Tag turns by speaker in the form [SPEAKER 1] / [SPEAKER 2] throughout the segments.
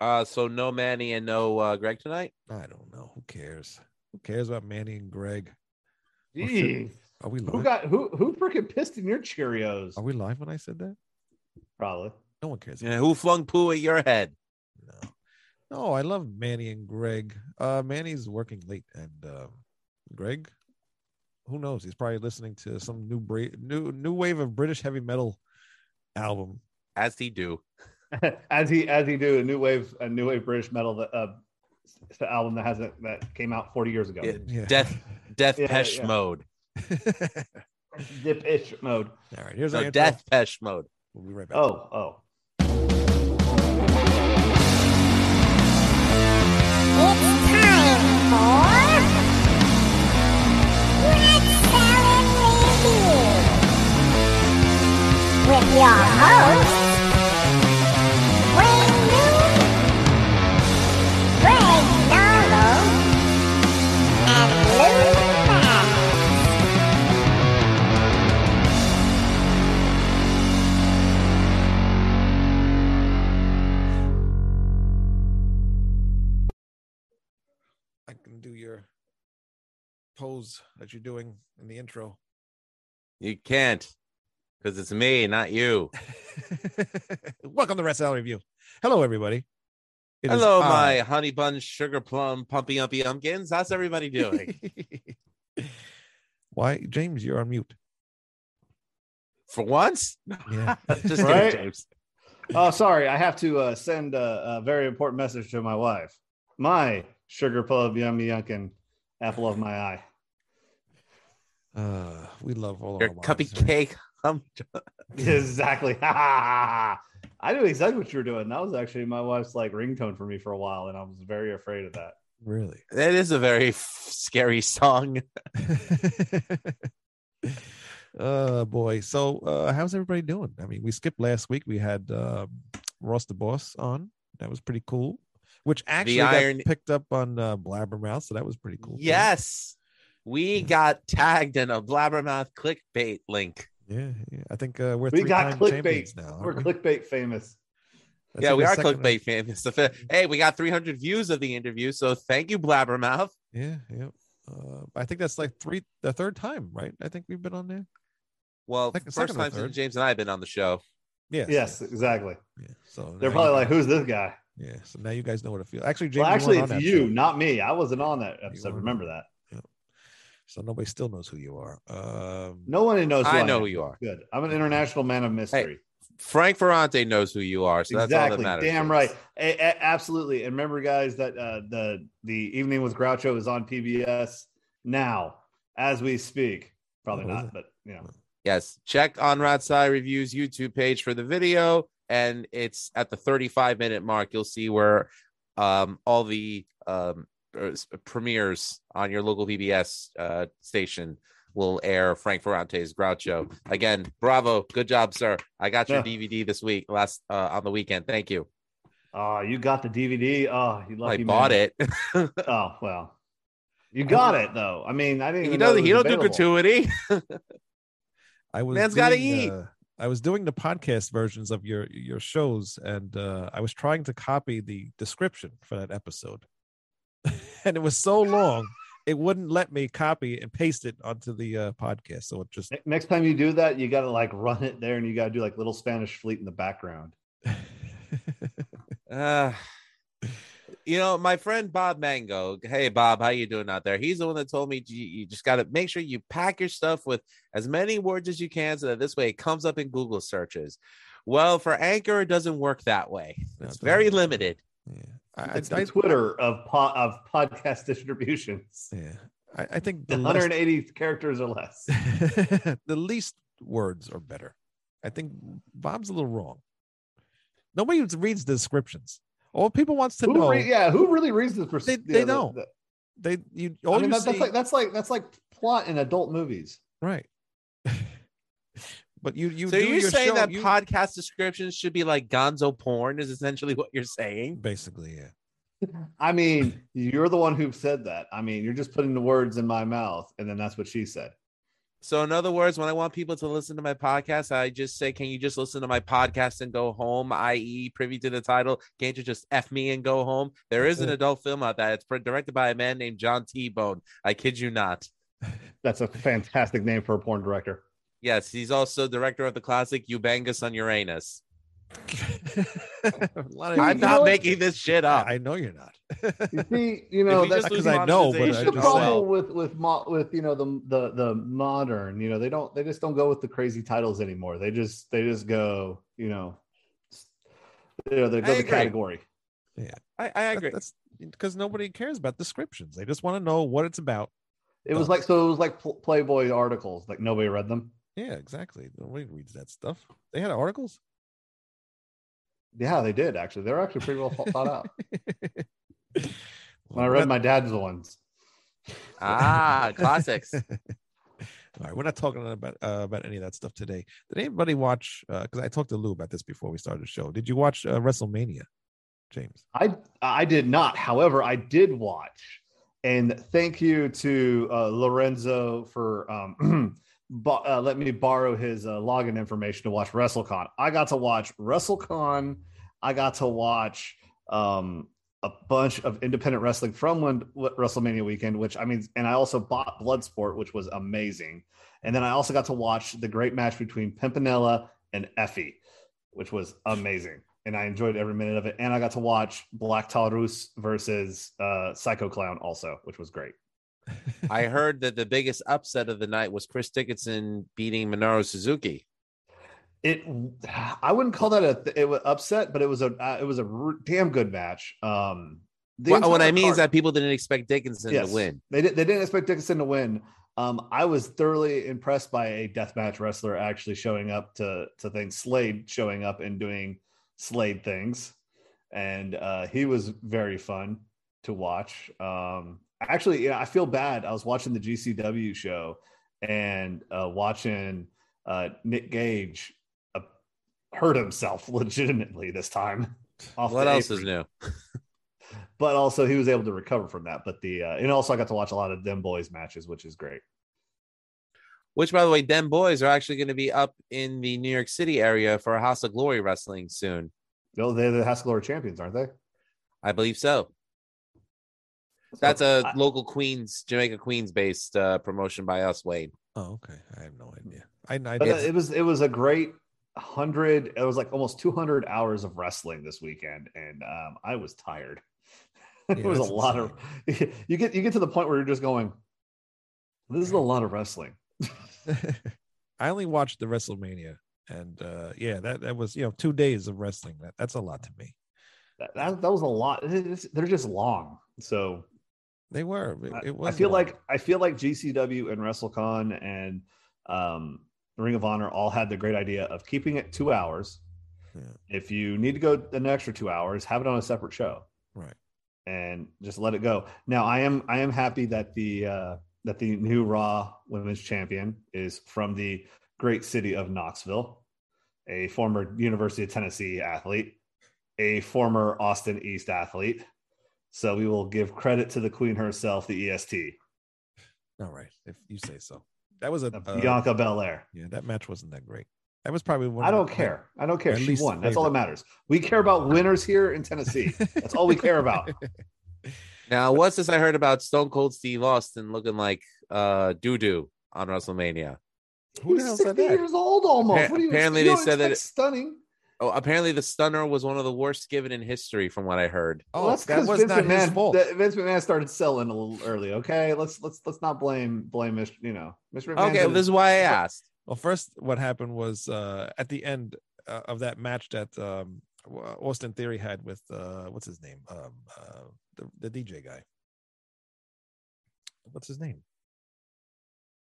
[SPEAKER 1] Uh, so no Manny and no uh, Greg tonight.
[SPEAKER 2] I don't know. Who cares? Who cares about Manny and Greg? Well, shit.
[SPEAKER 3] Jeez.
[SPEAKER 2] Are we
[SPEAKER 3] Who
[SPEAKER 2] live?
[SPEAKER 3] got who who freaking pissed in your Cheerios?
[SPEAKER 2] Are we live when I said that?
[SPEAKER 3] Probably.
[SPEAKER 2] No one cares.
[SPEAKER 1] Yeah, who flung poo at your head?
[SPEAKER 2] No. No, I love Manny and Greg. Uh Manny's working late and um Greg who knows? He's probably listening to some new bra- new new wave of British heavy metal album.
[SPEAKER 1] As he do.
[SPEAKER 3] as he as he do a new wave a new wave British metal that uh it's the album that hasn't that came out 40 years ago.
[SPEAKER 1] Yeah.
[SPEAKER 2] Yeah.
[SPEAKER 1] Death Death
[SPEAKER 3] Yeah,
[SPEAKER 1] Pesh
[SPEAKER 3] yeah.
[SPEAKER 1] mode.
[SPEAKER 2] All
[SPEAKER 3] Dip itch mode.
[SPEAKER 2] right, here's our
[SPEAKER 1] No,
[SPEAKER 2] intro.
[SPEAKER 1] Death Pesh mode.
[SPEAKER 2] We'll be right back.
[SPEAKER 3] Oh, oh.
[SPEAKER 4] It's time for Let's Tell and Review with your hosts Wayne Moon, Greg Nalo, and Lou Pratt.
[SPEAKER 2] I can do your pose that you're doing in the intro.
[SPEAKER 1] You can't, because it's me, not you.
[SPEAKER 2] Welcome to Red Salad Review. Hello, everybody. It is
[SPEAKER 1] Hello,
[SPEAKER 2] I.
[SPEAKER 1] my honey bun, sugar plum, pumpy umpy umpkins. How's everybody doing?
[SPEAKER 2] Why, James, you're on mute.
[SPEAKER 1] For once,
[SPEAKER 2] Yeah.
[SPEAKER 1] just
[SPEAKER 3] Right?
[SPEAKER 1] kidding, James.
[SPEAKER 3] Oh, sorry. I have to uh, send a, a very important message to my wife. My sugar plum yummy yunkin, apple of my eye.
[SPEAKER 2] Uh, we love all of
[SPEAKER 1] Your
[SPEAKER 2] our
[SPEAKER 1] cuppy
[SPEAKER 2] lives, right?
[SPEAKER 1] cake. hum-
[SPEAKER 3] exactly. I knew exactly what you were doing. That was actually my wife's like ringtone for me for a while, and I was very afraid of that.
[SPEAKER 2] Really?
[SPEAKER 1] That is a very f- scary song.
[SPEAKER 2] uh, boy. So, uh, how's everybody doing? I mean, we skipped last week. We had um, Ross the Boss on. That was pretty cool. Which actually got
[SPEAKER 1] iron-
[SPEAKER 2] picked up on uh, Blabbermouth, so that was pretty cool. too.
[SPEAKER 1] Yes, we got tagged in a blabbermouth clickbait link.
[SPEAKER 2] Yeah, yeah. I think uh, we're
[SPEAKER 3] We
[SPEAKER 2] three
[SPEAKER 3] got
[SPEAKER 2] time
[SPEAKER 3] clickbait.
[SPEAKER 2] champions now. aren't
[SPEAKER 3] We're
[SPEAKER 2] we?
[SPEAKER 3] clickbait famous.
[SPEAKER 2] That's
[SPEAKER 1] yeah,
[SPEAKER 2] like
[SPEAKER 1] we
[SPEAKER 2] the
[SPEAKER 1] are
[SPEAKER 2] second-
[SPEAKER 1] clickbait famous. The fa- Hey, we got 300 views of the interview, so thank you, blabbermouth.
[SPEAKER 2] Yeah, yeah. Uh, I think that's like three, the third time, right? I think we've been on there.
[SPEAKER 1] Well,
[SPEAKER 2] Second-
[SPEAKER 1] first
[SPEAKER 2] second or
[SPEAKER 1] time since
[SPEAKER 2] third.
[SPEAKER 1] James and I have been on the show.
[SPEAKER 2] Yes.
[SPEAKER 3] Yes, exactly.
[SPEAKER 2] Yeah. So
[SPEAKER 3] They're
[SPEAKER 2] now
[SPEAKER 3] probably
[SPEAKER 2] you-
[SPEAKER 3] like, "Who's this guy?"
[SPEAKER 2] yeah. So now you guys know what it feels. Actually, Jamie,
[SPEAKER 3] Well, actually,
[SPEAKER 2] you weren't
[SPEAKER 3] it's
[SPEAKER 2] on that
[SPEAKER 3] you,
[SPEAKER 2] show,
[SPEAKER 3] not me. I wasn't on that episode.
[SPEAKER 2] weren't.
[SPEAKER 3] Remember that.
[SPEAKER 2] so nobody still knows who you are. Um,
[SPEAKER 3] No one knows. who
[SPEAKER 1] I
[SPEAKER 3] am.
[SPEAKER 1] know who you are.
[SPEAKER 3] Good. I'm an international man of mystery.
[SPEAKER 1] Frank Ferrante knows who you are, so that's all that
[SPEAKER 3] exactly.
[SPEAKER 1] matters.
[SPEAKER 3] Damn
[SPEAKER 1] James.
[SPEAKER 3] right. A- a- absolutely. And remember, guys, that uh, the the evening with Groucho is on PBS now as we speak. Probably
[SPEAKER 2] Oh, is
[SPEAKER 3] not,
[SPEAKER 2] it?
[SPEAKER 3] but you know.
[SPEAKER 1] Yes, check on Ratsai Reviews YouTube page for the video, and it's at the 35 minute mark. You'll see where um, all the um, er, s- premieres on your local PBS uh, station will air Frank Ferrante's Groucho. Again, bravo, good job, sir. I got your
[SPEAKER 3] Yeah.
[SPEAKER 1] DVD this week, last uh, on the weekend. Thank you.
[SPEAKER 3] Oh, you got the DVD. Oh, you
[SPEAKER 1] I
[SPEAKER 3] lucky.
[SPEAKER 1] bought
[SPEAKER 3] man.
[SPEAKER 1] it.
[SPEAKER 3] Oh well, you got it though. I mean, I didn't.
[SPEAKER 1] he
[SPEAKER 3] even know
[SPEAKER 1] doesn't.
[SPEAKER 3] it
[SPEAKER 1] He
[SPEAKER 3] was
[SPEAKER 1] don't do
[SPEAKER 3] available.
[SPEAKER 1] gratuity.
[SPEAKER 2] I was
[SPEAKER 1] Man's gotta
[SPEAKER 2] doing,
[SPEAKER 1] eat.
[SPEAKER 2] uh, I was doing the podcast versions of your your shows, and uh, I was trying to copy the description for that episode, and it was so long it wouldn't let me copy and paste it onto the uh, podcast. So it just
[SPEAKER 3] Ne- Next time you do that, you got to like run it there, and you got to do like little Spanish fleet in the background.
[SPEAKER 1] Uh, you know, my friend Bob Mango. Hey, Bob, how you doing out there? He's the one that told me "Gee, you just got to make sure you pack your stuff with as many words as you can, so that this way it comes up in Google searches. Well, for Anchor, it doesn't work that way.
[SPEAKER 2] No, it
[SPEAKER 1] It's
[SPEAKER 2] doesn't
[SPEAKER 1] very
[SPEAKER 2] work that way.
[SPEAKER 1] limited.
[SPEAKER 2] yeah, I,
[SPEAKER 3] It's
[SPEAKER 2] I,
[SPEAKER 3] the Twitter of po- of podcast distributions.
[SPEAKER 2] I, yeah, I, I think the less,
[SPEAKER 3] 180 characters or less.
[SPEAKER 2] the least words are better. I think Bob's a little wrong. Nobody reads the descriptions. All people wants to
[SPEAKER 3] Who
[SPEAKER 2] know
[SPEAKER 3] re- yeah, who really reads this? Pers-
[SPEAKER 2] They-
[SPEAKER 3] yeah,
[SPEAKER 2] they
[SPEAKER 3] the-
[SPEAKER 2] don't.
[SPEAKER 3] the-
[SPEAKER 2] they you all
[SPEAKER 3] I mean,
[SPEAKER 2] you
[SPEAKER 3] that, that's
[SPEAKER 2] see-
[SPEAKER 3] like that's like that's like plot in adult movies.
[SPEAKER 2] Right. but you you
[SPEAKER 1] so
[SPEAKER 2] do
[SPEAKER 1] you're
[SPEAKER 2] your
[SPEAKER 1] saying
[SPEAKER 2] show,
[SPEAKER 1] that
[SPEAKER 2] you-
[SPEAKER 1] podcast descriptions should be like Gonzo porn? Is essentially what you're saying?
[SPEAKER 2] basically yeah.
[SPEAKER 3] I mean, you're the one who said that. I mean, you're just putting the words in my mouth, and then that's what she said.
[SPEAKER 1] So, in other words, when I want people to listen to my podcast, I just say, Can you just listen to my podcast and go home? I.e., privy to the title, Can't you just F me and go home? There is an
[SPEAKER 2] That's it.
[SPEAKER 1] adult film out that it's pr- directed by a man named John T. Bone. I kid you not.
[SPEAKER 3] That's a fantastic name for a porn director.
[SPEAKER 1] Yes, he's also director of the classic Eubangus on Uranus.
[SPEAKER 2] A lot of-
[SPEAKER 1] I'm
[SPEAKER 3] You
[SPEAKER 1] not
[SPEAKER 3] know-
[SPEAKER 1] making this shit up.
[SPEAKER 2] I know you're not.
[SPEAKER 3] You see, you know
[SPEAKER 1] we
[SPEAKER 3] that's
[SPEAKER 1] just lose
[SPEAKER 2] because I know, but I
[SPEAKER 1] monetization,
[SPEAKER 3] the
[SPEAKER 2] just
[SPEAKER 1] I'll sell.
[SPEAKER 2] said-
[SPEAKER 3] problem with with mo- with you know the the the modern. You know they don't they just don't go with the crazy titles anymore. They just they just go you know s- you know they
[SPEAKER 1] I
[SPEAKER 3] go the
[SPEAKER 1] agree.
[SPEAKER 3] category.
[SPEAKER 1] I, I agree.
[SPEAKER 2] That's because nobody cares about descriptions. They just want to know what it's about.
[SPEAKER 3] It was
[SPEAKER 2] Done.
[SPEAKER 3] like so it was like Pl- Playboy articles like nobody read them.
[SPEAKER 2] Yeah, exactly. Nobody reads that stuff. They had articles.
[SPEAKER 3] Yeah, they did actually. They're actually pretty well thought out. When I
[SPEAKER 2] Well,
[SPEAKER 3] read
[SPEAKER 2] we're not-
[SPEAKER 3] my dad's ones,
[SPEAKER 1] Ah, classics.
[SPEAKER 2] All right, we're not talking about uh, about any of that stuff today. Did anybody watch? Because I talked to Lou about this before we started the show. Did you watch uh, WrestleMania, James?
[SPEAKER 3] I I did not. However, I did watch, and thank you to uh, Lorenzo for um, bo- uh, let me borrow his uh, login information to watch WrestleCon. I got to watch WrestleCon. I got to watch um, a bunch of independent wrestling from when, what, WrestleMania weekend, which I mean, and I also bought Bloodsport, which was amazing. And then I also got to watch the great match between Pimpinella and Effie which was amazing. And I enjoyed every minute of it. And I got to watch Black Taurus versus uh, Psycho Clown also, which was great.
[SPEAKER 1] I heard that the biggest upset of the night was Chris Dickinson beating Minoru Suzuki.
[SPEAKER 3] It, I wouldn't call that a it was upset, but it was a uh, it was a r- damn good match. Um, the
[SPEAKER 1] What, what
[SPEAKER 3] entire
[SPEAKER 1] I mean is
[SPEAKER 3] card-
[SPEAKER 1] that people didn't expect Dickinson
[SPEAKER 3] Yes.
[SPEAKER 1] to win.
[SPEAKER 3] They, did, they didn't expect Dickinson to win. Um, I was thoroughly impressed by a deathmatch wrestler actually showing up to to things. Slade showing up and doing Slade things, and uh, he was very fun to watch. Um, actually, you know, I feel bad. I was watching the GCW show and uh, watching uh, Nick Gage uh, hurt himself legitimately this time. Off
[SPEAKER 1] What
[SPEAKER 3] the
[SPEAKER 1] else
[SPEAKER 3] apron
[SPEAKER 1] is new?
[SPEAKER 3] but also he was able to recover from that. But the uh, and also I got to watch a lot of them boys matches, which is great.
[SPEAKER 1] Which, by the way, them boys are actually going to be up in the New York City area for House of Glory wrestling soon.
[SPEAKER 3] No, they're the Haskell champions, aren't they?
[SPEAKER 1] I believe so. That's a
[SPEAKER 3] Oh, I-
[SPEAKER 1] local Queens, Jamaica Queens based uh, promotion by us, Wayne.
[SPEAKER 2] Oh, okay. I have no idea. I, I
[SPEAKER 3] But uh,
[SPEAKER 2] did.
[SPEAKER 3] it was it was a great hundred. It was like almost two hundred hours of wrestling this weekend, and um, I was tired. it
[SPEAKER 2] Yeah,
[SPEAKER 3] was a
[SPEAKER 2] that's
[SPEAKER 3] lot of you get you get to the point where you're just going, this is a lot of wrestling.
[SPEAKER 2] I only watched the WrestleMania, and uh, yeah, that that was you know two days of wrestling. That that's a lot to me.
[SPEAKER 3] That, that, that was a lot. It- it's- they're just long, so
[SPEAKER 2] They were. It,
[SPEAKER 3] I-
[SPEAKER 2] it was.
[SPEAKER 3] I feel
[SPEAKER 2] long.
[SPEAKER 3] like I feel like GCW and WrestleCon and um, Ring of Honor all had the great idea of keeping it two hours.
[SPEAKER 2] Yeah.
[SPEAKER 3] If you need to go an extra two hours, have it on a separate show,
[SPEAKER 2] Right.
[SPEAKER 3] And just let it go. Now I am I am happy that the uh, that the new Raw Women's Champion is from the great city of Knoxville, a former University of Tennessee athlete, a former Austin East athlete. So we will give credit to the queen herself, the E EST.
[SPEAKER 2] All right. If you say so. That was a.
[SPEAKER 3] of
[SPEAKER 2] uh,
[SPEAKER 3] Bianca Belair.
[SPEAKER 2] yeah, that match wasn't that great. That was probably one.
[SPEAKER 3] I
[SPEAKER 2] of the-
[SPEAKER 3] don't care. I don't care.
[SPEAKER 2] At
[SPEAKER 3] She
[SPEAKER 2] least
[SPEAKER 3] won. That's all that matters. We care about winners here in Tennessee. That's all we care about.
[SPEAKER 1] Now, what's this I heard about Stone Cold Steve Austin looking like uh, doo doo on WrestleMania?
[SPEAKER 2] Who the
[SPEAKER 3] He's
[SPEAKER 2] hell said
[SPEAKER 3] 60
[SPEAKER 2] that?
[SPEAKER 3] years old almost.
[SPEAKER 1] Appa-
[SPEAKER 3] What do you
[SPEAKER 1] apparently
[SPEAKER 3] you
[SPEAKER 1] they
[SPEAKER 3] don't
[SPEAKER 1] said that
[SPEAKER 3] expect stunning.
[SPEAKER 1] Oh, apparently the stunner was one of the worst given in history, from what I heard.
[SPEAKER 2] Oh,
[SPEAKER 3] Well, that's
[SPEAKER 2] that
[SPEAKER 3] because
[SPEAKER 2] was
[SPEAKER 3] Vince
[SPEAKER 2] not
[SPEAKER 3] McMahon,
[SPEAKER 2] his fault.
[SPEAKER 3] that Vince McMahon started selling a little early. Okay, let's let's let's not blame blame Mr. You know, Mr. McMahon.
[SPEAKER 1] Okay, well,
[SPEAKER 3] did-
[SPEAKER 1] this is why I asked.
[SPEAKER 2] Well, first, what happened was uh, at the end uh, of that match that um, Wa- Austin Theory had with uh, what's his name, um, uh, the, the DJ guy. What's his name?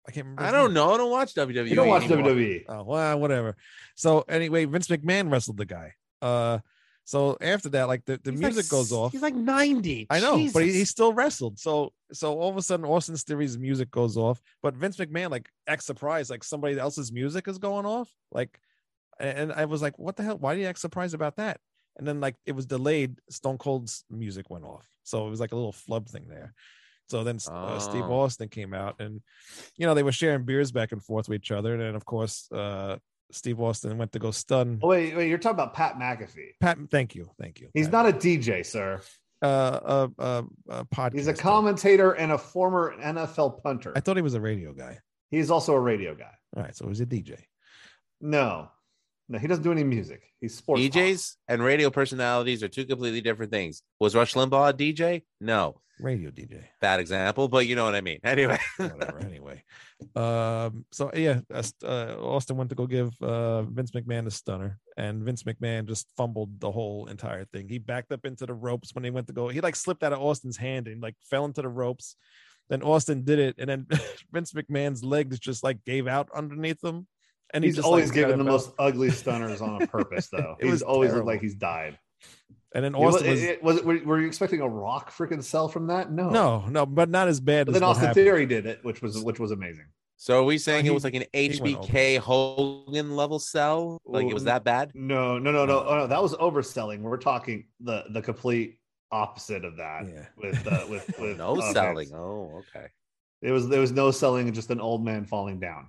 [SPEAKER 2] I can't remember.
[SPEAKER 1] I
[SPEAKER 2] his
[SPEAKER 1] don't
[SPEAKER 2] name.
[SPEAKER 1] know. I don't watch WWE.
[SPEAKER 3] you don't watch E.
[SPEAKER 1] anymore.
[SPEAKER 3] WWE.
[SPEAKER 2] Oh well, whatever. So anyway, Vince McMahon wrestled the guy. Uh, so after that, like the, the
[SPEAKER 1] He's like
[SPEAKER 2] music goes
[SPEAKER 1] s-
[SPEAKER 2] off.
[SPEAKER 1] He's like 90.
[SPEAKER 2] I know, but he, he
[SPEAKER 1] Jesus.
[SPEAKER 2] still wrestled. So so all of a sudden Austin's Theory's music goes off, but Vince McMahon like act surprised, like somebody else's music is going off. Like, and and I was like, what the hell? Why do you act surprised about that? And then like it was delayed. Stone Cold's music went off, so it was like a little flub thing there. So then uh, Steve
[SPEAKER 1] Oh.
[SPEAKER 2] Austin came out, and you know they were sharing beers back and forth with each other. And then of course, uh, Steve Austin went to go stun
[SPEAKER 3] Oh, wait, wait, you're talking about Pat McAfee.
[SPEAKER 2] Pat. Thank you, thank you.
[SPEAKER 3] He's
[SPEAKER 2] Pat.
[SPEAKER 3] not a DJ, sir.
[SPEAKER 2] uh, a, a, a podcast.
[SPEAKER 3] He's a commentator and a former NFL punter.
[SPEAKER 2] I thought he was a radio guy.
[SPEAKER 3] He's also a radio guy.
[SPEAKER 2] All right, so he's a DJ.
[SPEAKER 3] No, no, he doesn't do any music. He's sports.
[SPEAKER 2] E
[SPEAKER 3] talk.
[SPEAKER 1] DJs and radio personalities are two completely different things. Was Rush Limbaugh a DJ? No,
[SPEAKER 2] Radio DJ.
[SPEAKER 1] bad example, but you know what I mean. Anyway,
[SPEAKER 2] whatever anyway um so yeah uh, st- uh, austin went to go give uh vince mcmahon a stunner and vince mcmahon just fumbled the whole entire thing he backed up into the ropes when he went to go he like slipped out of austin's hand and like fell into the ropes then austin did it and then vince mcmahon's legs just like gave out underneath him and he
[SPEAKER 3] He's
[SPEAKER 2] just, like,
[SPEAKER 3] always
[SPEAKER 2] kind
[SPEAKER 3] giving
[SPEAKER 2] of
[SPEAKER 3] the
[SPEAKER 2] fell.
[SPEAKER 3] most ugly stunners on a purpose, though.
[SPEAKER 2] It
[SPEAKER 3] he's
[SPEAKER 2] was
[SPEAKER 3] always looked
[SPEAKER 2] terrible.
[SPEAKER 3] like he's died.
[SPEAKER 2] and then
[SPEAKER 3] It was,
[SPEAKER 2] austin was,
[SPEAKER 3] it- it- was it- were, were you expecting a rock freaking cell from that? No,
[SPEAKER 2] no no but not as bad
[SPEAKER 3] But
[SPEAKER 2] as
[SPEAKER 3] then
[SPEAKER 2] what
[SPEAKER 3] Austin
[SPEAKER 2] happened.
[SPEAKER 3] Theory did it, which was which was amazing.
[SPEAKER 1] so are we saying
[SPEAKER 2] he-
[SPEAKER 1] it was like an
[SPEAKER 2] he went over.
[SPEAKER 1] HBK Hogan level sell? Like it was
[SPEAKER 3] Ooh.
[SPEAKER 1] that bad?
[SPEAKER 3] No, no, no, no, oh, no. That was overselling. We're talking the the complete opposite of that.
[SPEAKER 2] yeah
[SPEAKER 3] With uh, with with
[SPEAKER 1] No
[SPEAKER 3] okay.
[SPEAKER 1] selling. Oh, okay.
[SPEAKER 3] It was there was no selling, just an old man falling down.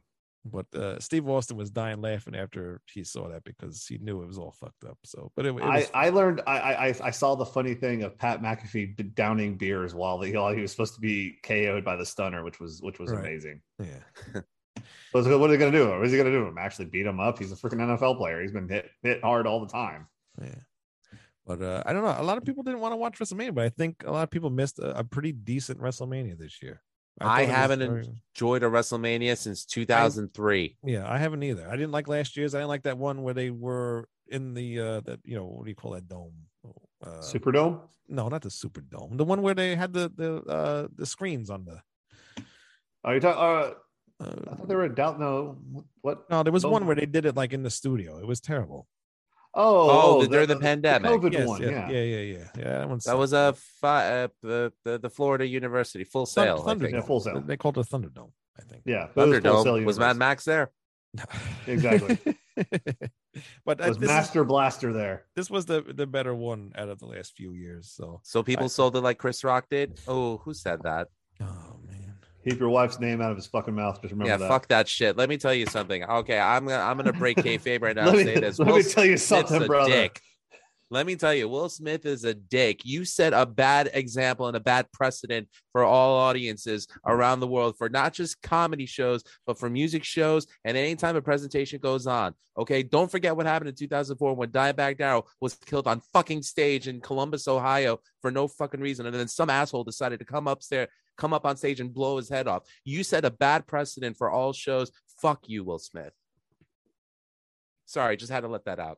[SPEAKER 2] but uh, Steve Austin was dying laughing after he saw that because he knew it was all fucked up. So, but it, it was
[SPEAKER 3] I, I
[SPEAKER 2] fun.
[SPEAKER 3] learned I, I I- I saw the funny thing of Pat McAfee d- downing beers while he, while he was supposed to be KO'd by the stunner, which was which was
[SPEAKER 2] Right.
[SPEAKER 3] amazing.
[SPEAKER 2] yeah.
[SPEAKER 3] So I was like, what are they gonna do? What is he gonna do? Him actually beat him up? He's a freaking NFL player. He's been hit hit hard all the time.
[SPEAKER 2] Yeah. But uh, I don't know. A lot of people didn't want to watch WrestleMania, but I think a lot of people missed a, a pretty decent WrestleMania this year.
[SPEAKER 1] I
[SPEAKER 2] thought it was
[SPEAKER 1] haven't
[SPEAKER 2] very-
[SPEAKER 1] Joy to WrestleMania since 2003.
[SPEAKER 2] yeah, I haven't either. I didn't like last year's. I didn't like that one where they were in the uh, that you know what do you call that dome? Uh,
[SPEAKER 3] Superdome.
[SPEAKER 2] No, not the Superdome. The one where they had the the uh, the screens on the.
[SPEAKER 3] Are you talking? Uh, I
[SPEAKER 2] Uh,
[SPEAKER 3] thought they were a doubt. No, what?
[SPEAKER 2] no, there was
[SPEAKER 3] Those-
[SPEAKER 2] one where they did it like in the studio. It was terrible.
[SPEAKER 3] Oh,
[SPEAKER 1] Oh, the- during the pandemic.
[SPEAKER 3] COVID
[SPEAKER 2] Yes,
[SPEAKER 3] one.
[SPEAKER 2] yeah,
[SPEAKER 3] Yeah.
[SPEAKER 2] yeah, yeah, yeah, yeah. That one's
[SPEAKER 1] That was a fi- uh, the, the the Florida University full
[SPEAKER 2] Thun-
[SPEAKER 1] sale. I
[SPEAKER 2] Thunderdome.
[SPEAKER 1] think.
[SPEAKER 3] Yeah, full sale.
[SPEAKER 2] They called it Thunderdome, I think.
[SPEAKER 3] Yeah, but it was
[SPEAKER 1] Thunderdome
[SPEAKER 3] full cell
[SPEAKER 1] was Mad
[SPEAKER 3] universe.
[SPEAKER 1] Max there.
[SPEAKER 3] Exactly.
[SPEAKER 2] but I,
[SPEAKER 3] was
[SPEAKER 2] this, is-
[SPEAKER 3] Master Blaster there?
[SPEAKER 2] this was the the better one out of the last few years. So,
[SPEAKER 1] So people
[SPEAKER 2] I-
[SPEAKER 1] sold it like Chris Rock did. Oh, who said that?
[SPEAKER 2] oh man,
[SPEAKER 3] Keep your wife's name out of his fucking mouth. Just remember
[SPEAKER 1] yeah,
[SPEAKER 3] that.
[SPEAKER 1] fuck that shit. Let me tell you something. Okay, I'm gonna I'm gonna break kayfabe right now.
[SPEAKER 3] let
[SPEAKER 1] and
[SPEAKER 3] me,
[SPEAKER 1] say this.
[SPEAKER 3] let
[SPEAKER 1] Will
[SPEAKER 3] me tell you
[SPEAKER 1] Smith's
[SPEAKER 3] something,
[SPEAKER 1] a
[SPEAKER 3] brother.
[SPEAKER 1] dick. Let me tell you, Will Smith is a dick. You set a bad example and a bad precedent for all audiences around the world for not just comedy shows, but for music shows and any time a presentation goes on. Okay, don't forget what happened in 2004 when Dimebag Darrell was killed on fucking stage in Columbus, Ohio, for no fucking reason, and then some asshole decided to come upstairs, come up on stage and blow his head off. You set a bad precedent for all shows. Fuck you, Will Smith. Sorry, just had to let that out.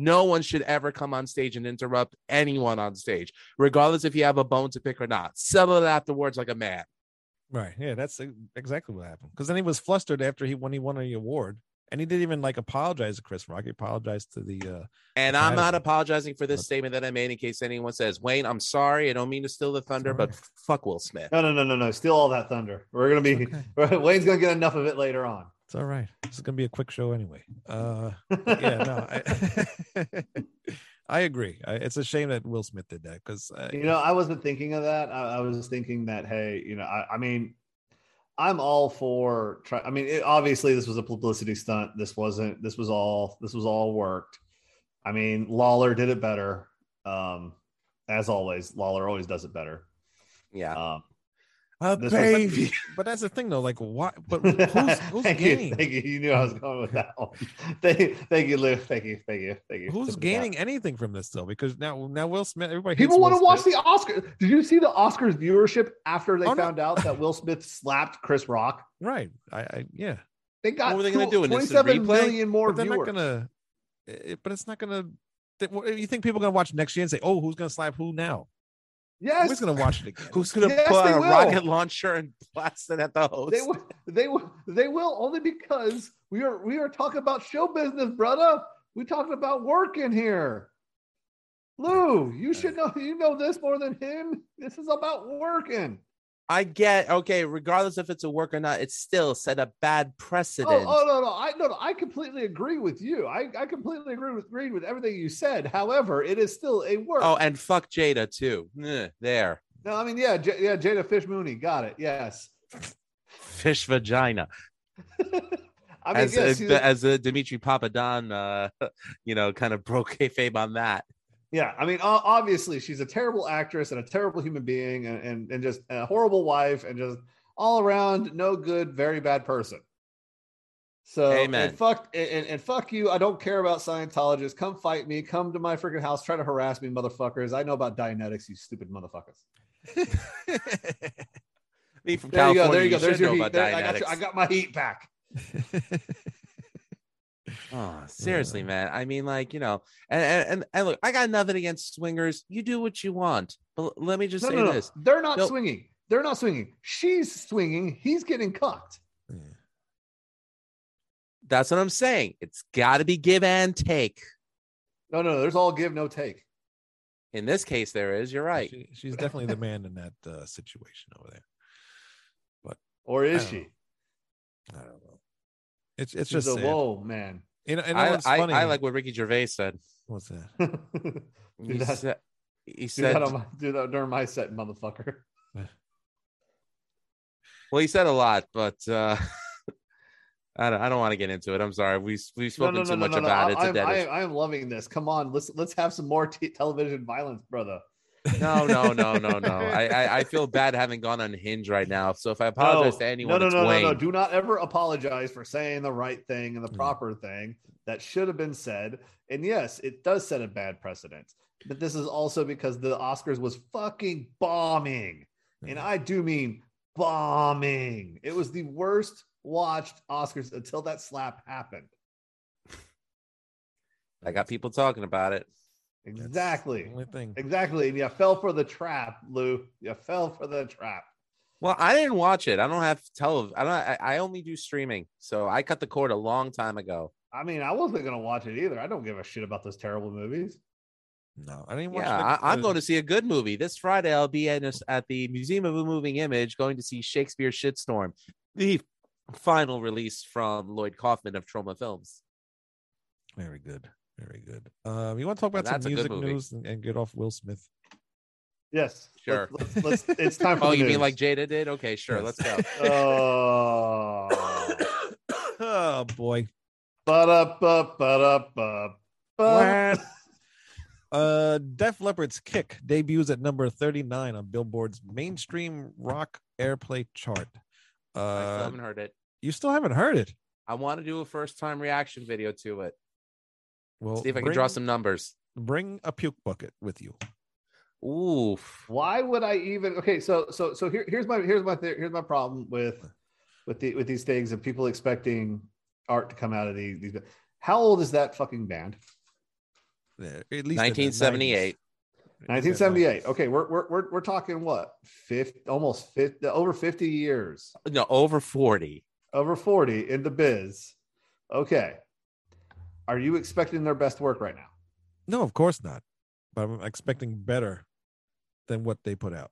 [SPEAKER 1] No one should ever come on stage and interrupt anyone on stage, regardless if you have a bone to pick or not. Settle it afterwards like a man.
[SPEAKER 2] right? Yeah, that's e- exactly what happened. Because then he was flustered after he when he won the award, and he didn't even like apologize to Chris Rock. He apologized to the. uh
[SPEAKER 1] And I'm not
[SPEAKER 2] Exactly.
[SPEAKER 1] apologizing for this
[SPEAKER 2] But-
[SPEAKER 1] statement that I made in case anyone says, Wayne, I'm sorry. I don't mean to steal the thunder, but fuck Will Smith.
[SPEAKER 3] No, no, no, no, no. Steal all that thunder. We're gonna be.
[SPEAKER 2] okay,
[SPEAKER 3] Wayne's gonna get enough of it later on.
[SPEAKER 2] It's all right. This is gonna be a quick show anyway. Uh, yeah, no, I, I agree. I, it's a shame that Will Smith did that because uh,
[SPEAKER 3] you know, I wasn't thinking of that. I, I was thinking that, hey, you know, I, I mean, I'm all for. Try, I mean, it, obviously, this was a publicity stunt. This wasn't. This was all. This was all worked. I mean, Lawler did it better. Um, as always, Lawler always does it better.
[SPEAKER 1] Yeah.
[SPEAKER 3] Um,
[SPEAKER 2] a
[SPEAKER 3] this was-
[SPEAKER 2] baby. But that's the thing though, like why? But who's, who's
[SPEAKER 3] thank
[SPEAKER 2] gaining?
[SPEAKER 3] you, thank you. You knew I was going with that one. thank you, thank you, Lou. Thank you, thank you, thank you.
[SPEAKER 2] Who's
[SPEAKER 3] Something
[SPEAKER 2] gaining
[SPEAKER 3] like
[SPEAKER 2] anything from this though? Because now, now Will Smith, everybody
[SPEAKER 3] that. People
[SPEAKER 2] hates
[SPEAKER 3] want to
[SPEAKER 2] Will
[SPEAKER 3] watch
[SPEAKER 2] Smith.
[SPEAKER 3] the Oscars. Did you see the Oscars viewership after they
[SPEAKER 2] Oh, no.
[SPEAKER 3] found out that Will Smith slapped Chris Rock?
[SPEAKER 2] right. I, I yeah,
[SPEAKER 3] They got
[SPEAKER 1] What were they gonna
[SPEAKER 3] tw-
[SPEAKER 1] do, an instant
[SPEAKER 3] 27
[SPEAKER 1] replay?
[SPEAKER 3] million more
[SPEAKER 2] but they're not
[SPEAKER 3] viewers.
[SPEAKER 2] gonna. It, but it's not gonna. That, what, you think people are gonna watch next year and say, "Oh, who's gonna slap who now?
[SPEAKER 3] Yes,
[SPEAKER 2] Who's gonna watch it again?"
[SPEAKER 1] Who's going to
[SPEAKER 3] Yes,
[SPEAKER 1] put
[SPEAKER 3] they
[SPEAKER 1] a
[SPEAKER 3] will.
[SPEAKER 1] rocket launcher and blast it at the host?
[SPEAKER 3] they will. They will. They will only because we are we are talking about show business, brother. We talking about work in here. Lou, you should know you know this more than him. This is about working.
[SPEAKER 1] I get, okay, regardless if it's a work or not, it's still set a bad
[SPEAKER 3] Oh,
[SPEAKER 1] precedent.
[SPEAKER 3] oh no, no, I no, no, I completely agree with you. I, I completely agree with
[SPEAKER 2] Oh,
[SPEAKER 3] agreed with everything you said. However, it is still a work.
[SPEAKER 1] Oh, and fuck Jada too. Ugh, There.
[SPEAKER 3] No, I mean, yeah, J- yeah, Jada Fish Mooney, got it. Yes.
[SPEAKER 1] Fish vagina.
[SPEAKER 3] I mean,
[SPEAKER 1] as,
[SPEAKER 3] yeah,
[SPEAKER 1] as,
[SPEAKER 3] see,
[SPEAKER 1] the, as a Dimitri Papadon, uh, you know, kind of broke kayfabe on that.
[SPEAKER 3] yeah, I mean, o- obviously, she's a terrible actress and a terrible human being, and, and and just a horrible wife, and just all around no good, very bad person. So
[SPEAKER 1] Amen.
[SPEAKER 3] And fuck and, and- and fuck you. I don't care about Scientologists. Come fight me. Come to my freaking house. Try to harass me, motherfuckers. I know about Dianetics, you stupid motherfuckers.
[SPEAKER 1] Me from
[SPEAKER 3] There you
[SPEAKER 1] California,
[SPEAKER 3] go. There you go. There's
[SPEAKER 1] should
[SPEAKER 3] your
[SPEAKER 1] know
[SPEAKER 3] heat.
[SPEAKER 1] about
[SPEAKER 3] There- I got
[SPEAKER 1] Dianetics.
[SPEAKER 3] your, I got my heat back.
[SPEAKER 1] Oh, seriously, man. I mean, like, you know, and, and and and look, I got nothing against swingers. You do what you want. But l- let me just
[SPEAKER 3] No,
[SPEAKER 1] say
[SPEAKER 3] no, no.
[SPEAKER 1] this.
[SPEAKER 3] They're not
[SPEAKER 1] No.
[SPEAKER 3] swinging. They're not swinging. She's swinging. He's getting cucked.
[SPEAKER 1] That's what I'm saying. It's gotta be give and take.
[SPEAKER 3] No, no, no. There's all give, no take.
[SPEAKER 1] In this case, there is. You're right.
[SPEAKER 2] She- she's definitely the man in that uh, situation over there.
[SPEAKER 3] Or is
[SPEAKER 2] I don't
[SPEAKER 3] she?
[SPEAKER 2] know. I don't know. It's it's
[SPEAKER 3] She's
[SPEAKER 2] just
[SPEAKER 3] a
[SPEAKER 2] sad.
[SPEAKER 3] whoa, man.
[SPEAKER 2] You know, and
[SPEAKER 1] I,
[SPEAKER 2] what's
[SPEAKER 1] I,
[SPEAKER 2] funny?
[SPEAKER 1] I like what Ricky Gervais said.
[SPEAKER 2] what's that?
[SPEAKER 3] do
[SPEAKER 1] He
[SPEAKER 3] that-
[SPEAKER 1] said, he said
[SPEAKER 3] that on my, do that during my set, motherfucker.
[SPEAKER 1] well, he said a lot, but uh I don't I don't want to get into it. I'm sorry. We we've spoken too much about it
[SPEAKER 3] I,
[SPEAKER 1] to
[SPEAKER 3] I'm,
[SPEAKER 1] dead
[SPEAKER 3] I,
[SPEAKER 1] issue.
[SPEAKER 3] am, I am loving this. Come on, let's let's have some more t- television violence, brother.
[SPEAKER 1] No, no, no, no, no. I, I I feel bad having gone on Hinge right now. So if I apologize to anyone,
[SPEAKER 3] no, no,
[SPEAKER 1] it's
[SPEAKER 3] no,
[SPEAKER 1] Wayne. Hmm.
[SPEAKER 3] no, no. Do not ever apologize for saying the right thing and the
[SPEAKER 2] Mm.
[SPEAKER 3] proper thing that should have been said. And yes, it does set a bad precedent. But this is also because the Oscars was fucking bombing. And I do mean bombing. It was the worst watched Oscars until that slap happened.
[SPEAKER 1] I got people talking about it.
[SPEAKER 2] That's the
[SPEAKER 3] Exactly.
[SPEAKER 2] only thing.
[SPEAKER 3] Exactly. And you fell for the trap, Lou. You fell for the trap.
[SPEAKER 1] Well, I didn't watch it. I don't have tele. I don't. I, I only do streaming, so I cut the cord a long time ago.
[SPEAKER 3] I mean, I wasn't going to watch it either. I don't give a shit about those terrible movies.
[SPEAKER 2] No, I didn't watch.
[SPEAKER 1] Yeah,
[SPEAKER 2] like,
[SPEAKER 1] I, I'm
[SPEAKER 2] uh,
[SPEAKER 1] going to see a good movie this Friday. I'll be at, at the Museum of a Moving Image, going to see Shakespeare Shitstorm, the final release from Lloyd Kaufman of Trauma Films.
[SPEAKER 2] Very good. Very good. Um, you want to talk about
[SPEAKER 1] that's
[SPEAKER 2] some
[SPEAKER 1] a good
[SPEAKER 2] music
[SPEAKER 1] movie.
[SPEAKER 2] news and, and get off Will Smith?
[SPEAKER 3] Yes.
[SPEAKER 1] Sure.
[SPEAKER 3] Let's, let's- let's- it's time for
[SPEAKER 1] Oh,
[SPEAKER 3] the
[SPEAKER 1] you mean
[SPEAKER 3] news.
[SPEAKER 1] like Jada did? Okay, sure. Let's go.
[SPEAKER 3] Oh.
[SPEAKER 2] oh boy.
[SPEAKER 3] Ba-da-ba, ba-da-ba, ba.
[SPEAKER 2] Uh, Def Leppard's "Kick" debuts at number 39 on Billboard's mainstream rock airplay chart.
[SPEAKER 1] I still
[SPEAKER 2] Uh,
[SPEAKER 1] haven't heard it.
[SPEAKER 2] you still haven't heard it.
[SPEAKER 1] I want to do a first time reaction video to it.
[SPEAKER 2] Well,
[SPEAKER 1] See if I
[SPEAKER 2] bring,
[SPEAKER 1] can draw some numbers.
[SPEAKER 2] Bring a puke bucket with you.
[SPEAKER 1] Oof.
[SPEAKER 3] Why would I even? Okay, so so so here, here's my here's my th- here's my problem with with the with these things and people expecting art to come out of these. these how old is that fucking band?
[SPEAKER 2] Yeah, Uh, At least
[SPEAKER 1] 1978.
[SPEAKER 3] 1978. Okay, we're we're we're, we're talking what? 50 almost 50 over 50 years.
[SPEAKER 1] No, over 40.
[SPEAKER 3] Over 40 in the biz. Okay. Are you expecting their best work right now?
[SPEAKER 2] No, of course not. But I'm expecting better than what they put out.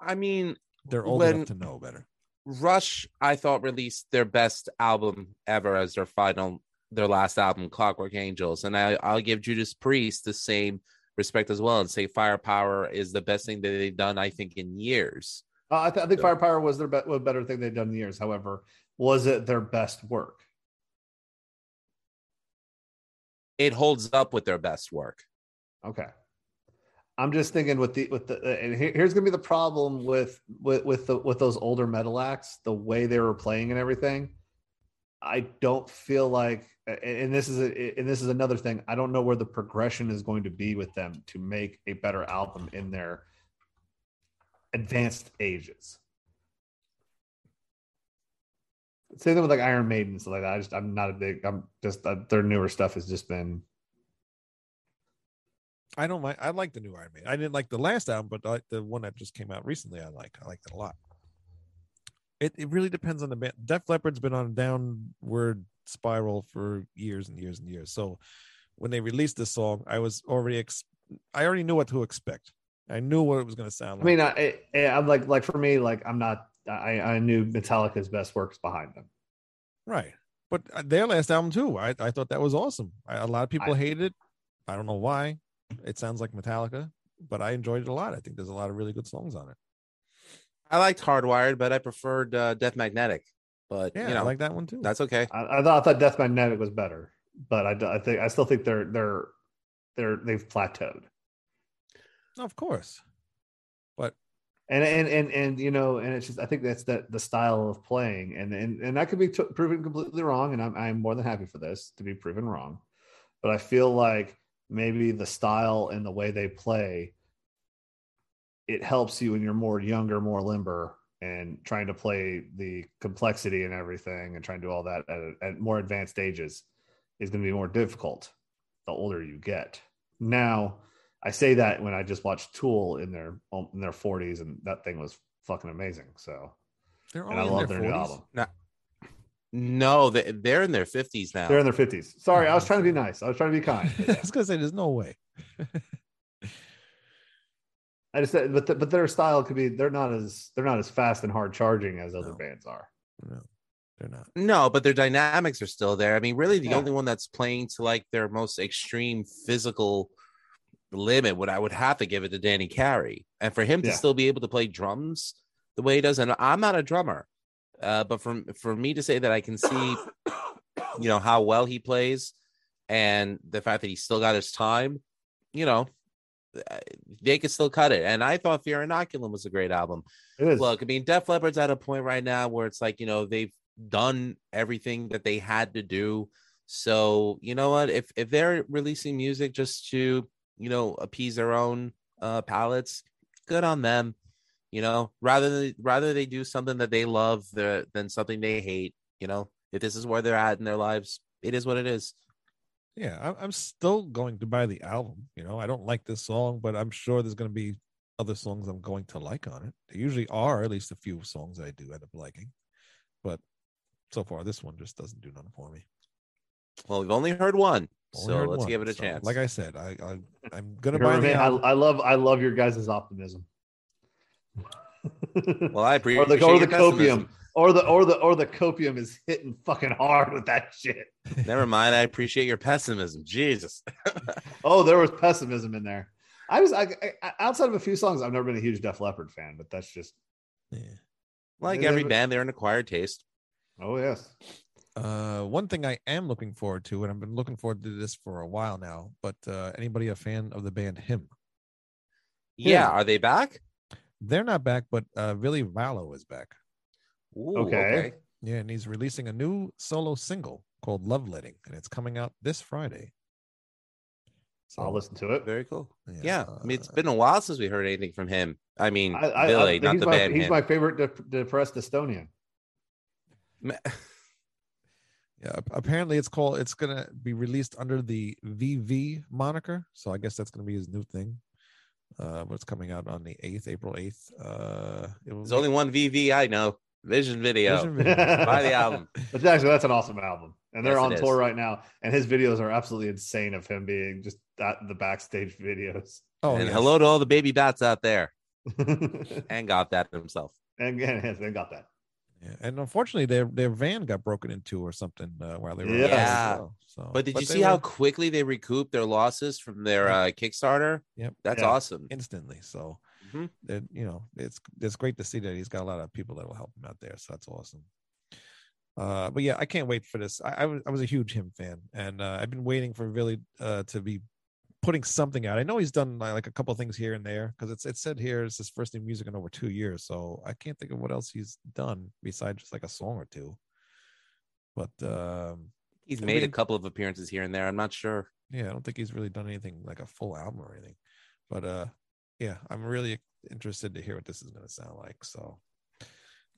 [SPEAKER 1] I mean,
[SPEAKER 2] They're old
[SPEAKER 1] When-
[SPEAKER 2] enough to know better.
[SPEAKER 1] Rush, I thought released their best album ever as their final, their last album, Clockwork Angels, and I, I'll give Judas Priest the same respect as well, and say Firepower is the best thing that they've done, I think, in years.
[SPEAKER 3] Uh, I, th- I think
[SPEAKER 1] Yeah.
[SPEAKER 3] Firepower was their be- was better thing they've done in years. However, was it their best work?
[SPEAKER 1] It holds up with their best work.
[SPEAKER 3] Okay. I'm just thinking with the with the and here- here's gonna be the problem with with with the with those older metal acts, the way they were playing and everything. I don't feel like, and and this is a, and this is another thing. I don't know where the progression is going to be with them to make a better album in their advanced ages. Same thing with like Iron Maiden and stuff like that. I just I'm not a big. I'm just uh, their newer stuff has just been
[SPEAKER 2] I don't mind. I like the new Iron Man. I didn't like the last album, but I, the one that just came out recently, I like. I like it a lot. It it really depends on the band. Def Leppard's been on a downward spiral for years and years and years. So when they released this song, I was already ex- I already knew what to expect. I knew what it was going to sound like.
[SPEAKER 3] I mean, I, I, I'm like, like for me, like I'm not. I, I knew Metallica's best works behind them.
[SPEAKER 2] right. But uh, their last album too. I I thought that was awesome. I, a lot of people hated it. I don't know why. It sounds like Metallica, but I enjoyed it a lot. I think there's a lot of really good songs on it.
[SPEAKER 1] I liked Hardwired, but I preferred uh, Death Magnetic. But
[SPEAKER 2] Yeah,
[SPEAKER 1] you
[SPEAKER 2] I
[SPEAKER 1] know,
[SPEAKER 2] like that one too.
[SPEAKER 1] that's okay.
[SPEAKER 3] I, I thought I thought Death Magnetic was better, but I, d- I think I still think they're they're they're they've plateaued.
[SPEAKER 2] of course.
[SPEAKER 3] And and and and you know, and it's just I think that's that the style of playing, and and and I could be t- proven completely wrong, and I'm I'm more than happy for this to be proven wrong, but I feel like maybe the style and the way they play, it helps you when you're more younger, more limber, and trying to play the complexity and everything, and trying to do all that at, a- at more advanced ages, is going to be more difficult the older you get. Now, I say that when I just watched Tool in their um, in their 40s, and that thing was fucking amazing. So,
[SPEAKER 2] They're
[SPEAKER 3] and I
[SPEAKER 2] all in
[SPEAKER 3] love
[SPEAKER 2] their
[SPEAKER 3] their, new
[SPEAKER 2] 40s.
[SPEAKER 3] album.
[SPEAKER 1] No, they, they're in their fifties now.
[SPEAKER 3] They're in their 50s. Sorry, I was trying to be nice. I was trying to be kind. but
[SPEAKER 2] I
[SPEAKER 3] yeah.
[SPEAKER 2] was gonna say, there's no way.
[SPEAKER 3] I just said, but the, but their style could be they're not as they're not as fast and hard charging as other
[SPEAKER 2] No.
[SPEAKER 3] bands are.
[SPEAKER 2] No, they're not.
[SPEAKER 1] no, but their dynamics are still there. I mean, really, the
[SPEAKER 3] Yeah.
[SPEAKER 1] only one that's playing to like their most extreme physical limit would I would have to give it to Danny Carey, and for him to
[SPEAKER 3] Yeah.
[SPEAKER 1] still be able to play drums the way he does. And I'm not a drummer, uh, but for for me to say that I can see, you know, how well he plays, and the fact that he still got his time, you know, uh, they could still cut it. And I thought Fear Inoculum was a great album.
[SPEAKER 3] It is.
[SPEAKER 1] look, I mean, Def Leppard's at a point right now where it's like, you know, they've done everything that they had to do. So, you know what? If if they're releasing music just to, you know, appease their own uh palates, good on them. You know, rather than rather they do something that they love the- than something they hate, you know. If this is where they're at in their lives, it is what it is.
[SPEAKER 2] Yeah, I'm, I'm still going to buy the album. You know, I don't like this song, but I'm sure there's going to be other songs I'm going to like on it. There usually are at least a few songs I do end up liking, but so far this one just doesn't do nothing for me.
[SPEAKER 1] Well, we've only heard one.
[SPEAKER 2] Only
[SPEAKER 1] so
[SPEAKER 2] heard
[SPEAKER 1] let's
[SPEAKER 2] one,
[SPEAKER 1] give it a
[SPEAKER 2] so,
[SPEAKER 1] chance.
[SPEAKER 2] Like I said, I, I I'm gonna
[SPEAKER 3] You're
[SPEAKER 2] buy the
[SPEAKER 3] right. I,
[SPEAKER 2] album.
[SPEAKER 3] I love I love your guys' optimism.
[SPEAKER 1] well, I appreciate
[SPEAKER 3] or the or
[SPEAKER 1] your
[SPEAKER 3] the
[SPEAKER 1] pessimism.
[SPEAKER 3] copium or the or the or the copium is hitting fucking hard with that shit.
[SPEAKER 1] Never mind. I appreciate your pessimism. Jesus.
[SPEAKER 3] Oh, there was pessimism in there. I was I, I, outside of a few songs. I've never been a huge Def Leppard fan, but that's just
[SPEAKER 2] Yeah.
[SPEAKER 1] Like
[SPEAKER 3] They-
[SPEAKER 1] every
[SPEAKER 3] they-
[SPEAKER 1] band, they're an acquired taste.
[SPEAKER 3] oh yes.
[SPEAKER 2] Uh, one thing I am looking forward to, and I've been looking forward to this for a while now. But uh, anybody a fan of the band Him?
[SPEAKER 1] Yeah,
[SPEAKER 3] Yeah.
[SPEAKER 1] are they back?
[SPEAKER 2] They're not back, but uh, really Vallow is back.
[SPEAKER 1] Ooh,
[SPEAKER 3] Okay.
[SPEAKER 2] Yeah, and he's releasing a new solo single called Love Letting, and it's coming out this Friday. So,
[SPEAKER 3] I'll listen to it.
[SPEAKER 1] very cool. Yeah, I mean, it's
[SPEAKER 2] uh,
[SPEAKER 1] been a while since we heard anything from him. I mean,
[SPEAKER 3] I, I,
[SPEAKER 1] Billy,
[SPEAKER 3] I,
[SPEAKER 1] not
[SPEAKER 3] he's
[SPEAKER 1] the
[SPEAKER 3] my,
[SPEAKER 1] band.
[SPEAKER 3] He's
[SPEAKER 1] him.
[SPEAKER 3] my favorite dep- depressed Estonian.
[SPEAKER 1] Ma-
[SPEAKER 2] yeah, ap- apparently it's called it's gonna be released under the VV moniker. So I guess that's gonna be his new thing. Uh, but it's coming out on the eighth, April eighth. Uh, it was
[SPEAKER 1] There's only one VV I know. Vision Video. Buy the album.
[SPEAKER 3] But actually, that's an awesome album, and they're
[SPEAKER 1] Yes,
[SPEAKER 3] on
[SPEAKER 1] it
[SPEAKER 3] tour
[SPEAKER 1] is.
[SPEAKER 3] right now. And his videos are absolutely insane of him being just at the backstage videos.
[SPEAKER 2] Oh,
[SPEAKER 1] and
[SPEAKER 2] yes.
[SPEAKER 1] hello to all the baby bats out there.
[SPEAKER 3] and
[SPEAKER 1] And got that himself.
[SPEAKER 3] and they got that.
[SPEAKER 2] Yeah, and unfortunately, their their van got broken into or something uh, while they were on tour as
[SPEAKER 1] Yeah.
[SPEAKER 2] well, so,
[SPEAKER 3] Oh,
[SPEAKER 1] But did you
[SPEAKER 2] they
[SPEAKER 1] see how
[SPEAKER 2] were
[SPEAKER 1] quickly they recouped their losses from their
[SPEAKER 2] Yeah.
[SPEAKER 1] uh, Kickstarter?
[SPEAKER 2] Yep.
[SPEAKER 1] That's
[SPEAKER 3] Yeah.
[SPEAKER 1] awesome.
[SPEAKER 2] instantly? So
[SPEAKER 1] Mhm.
[SPEAKER 2] that you know it's it's great to see that he's got a lot of people that will help him out there so that's awesome uh but yeah i can't wait for this i, I was i was a huge him fan and uh, i've been waiting for really uh to be putting something out i know he's done li- like a couple things here and there because it's it said here it's his first new music in over two years so i can't think of what else he's done besides just like a song or two but um
[SPEAKER 1] He's
[SPEAKER 2] I
[SPEAKER 1] made a
[SPEAKER 2] mean-
[SPEAKER 1] couple of appearances here and there. I'm not sure.
[SPEAKER 2] yeah, I don't think he's really done anything like a full album or anything. But uh yeah, I'm really interested to hear what this is gonna sound like. So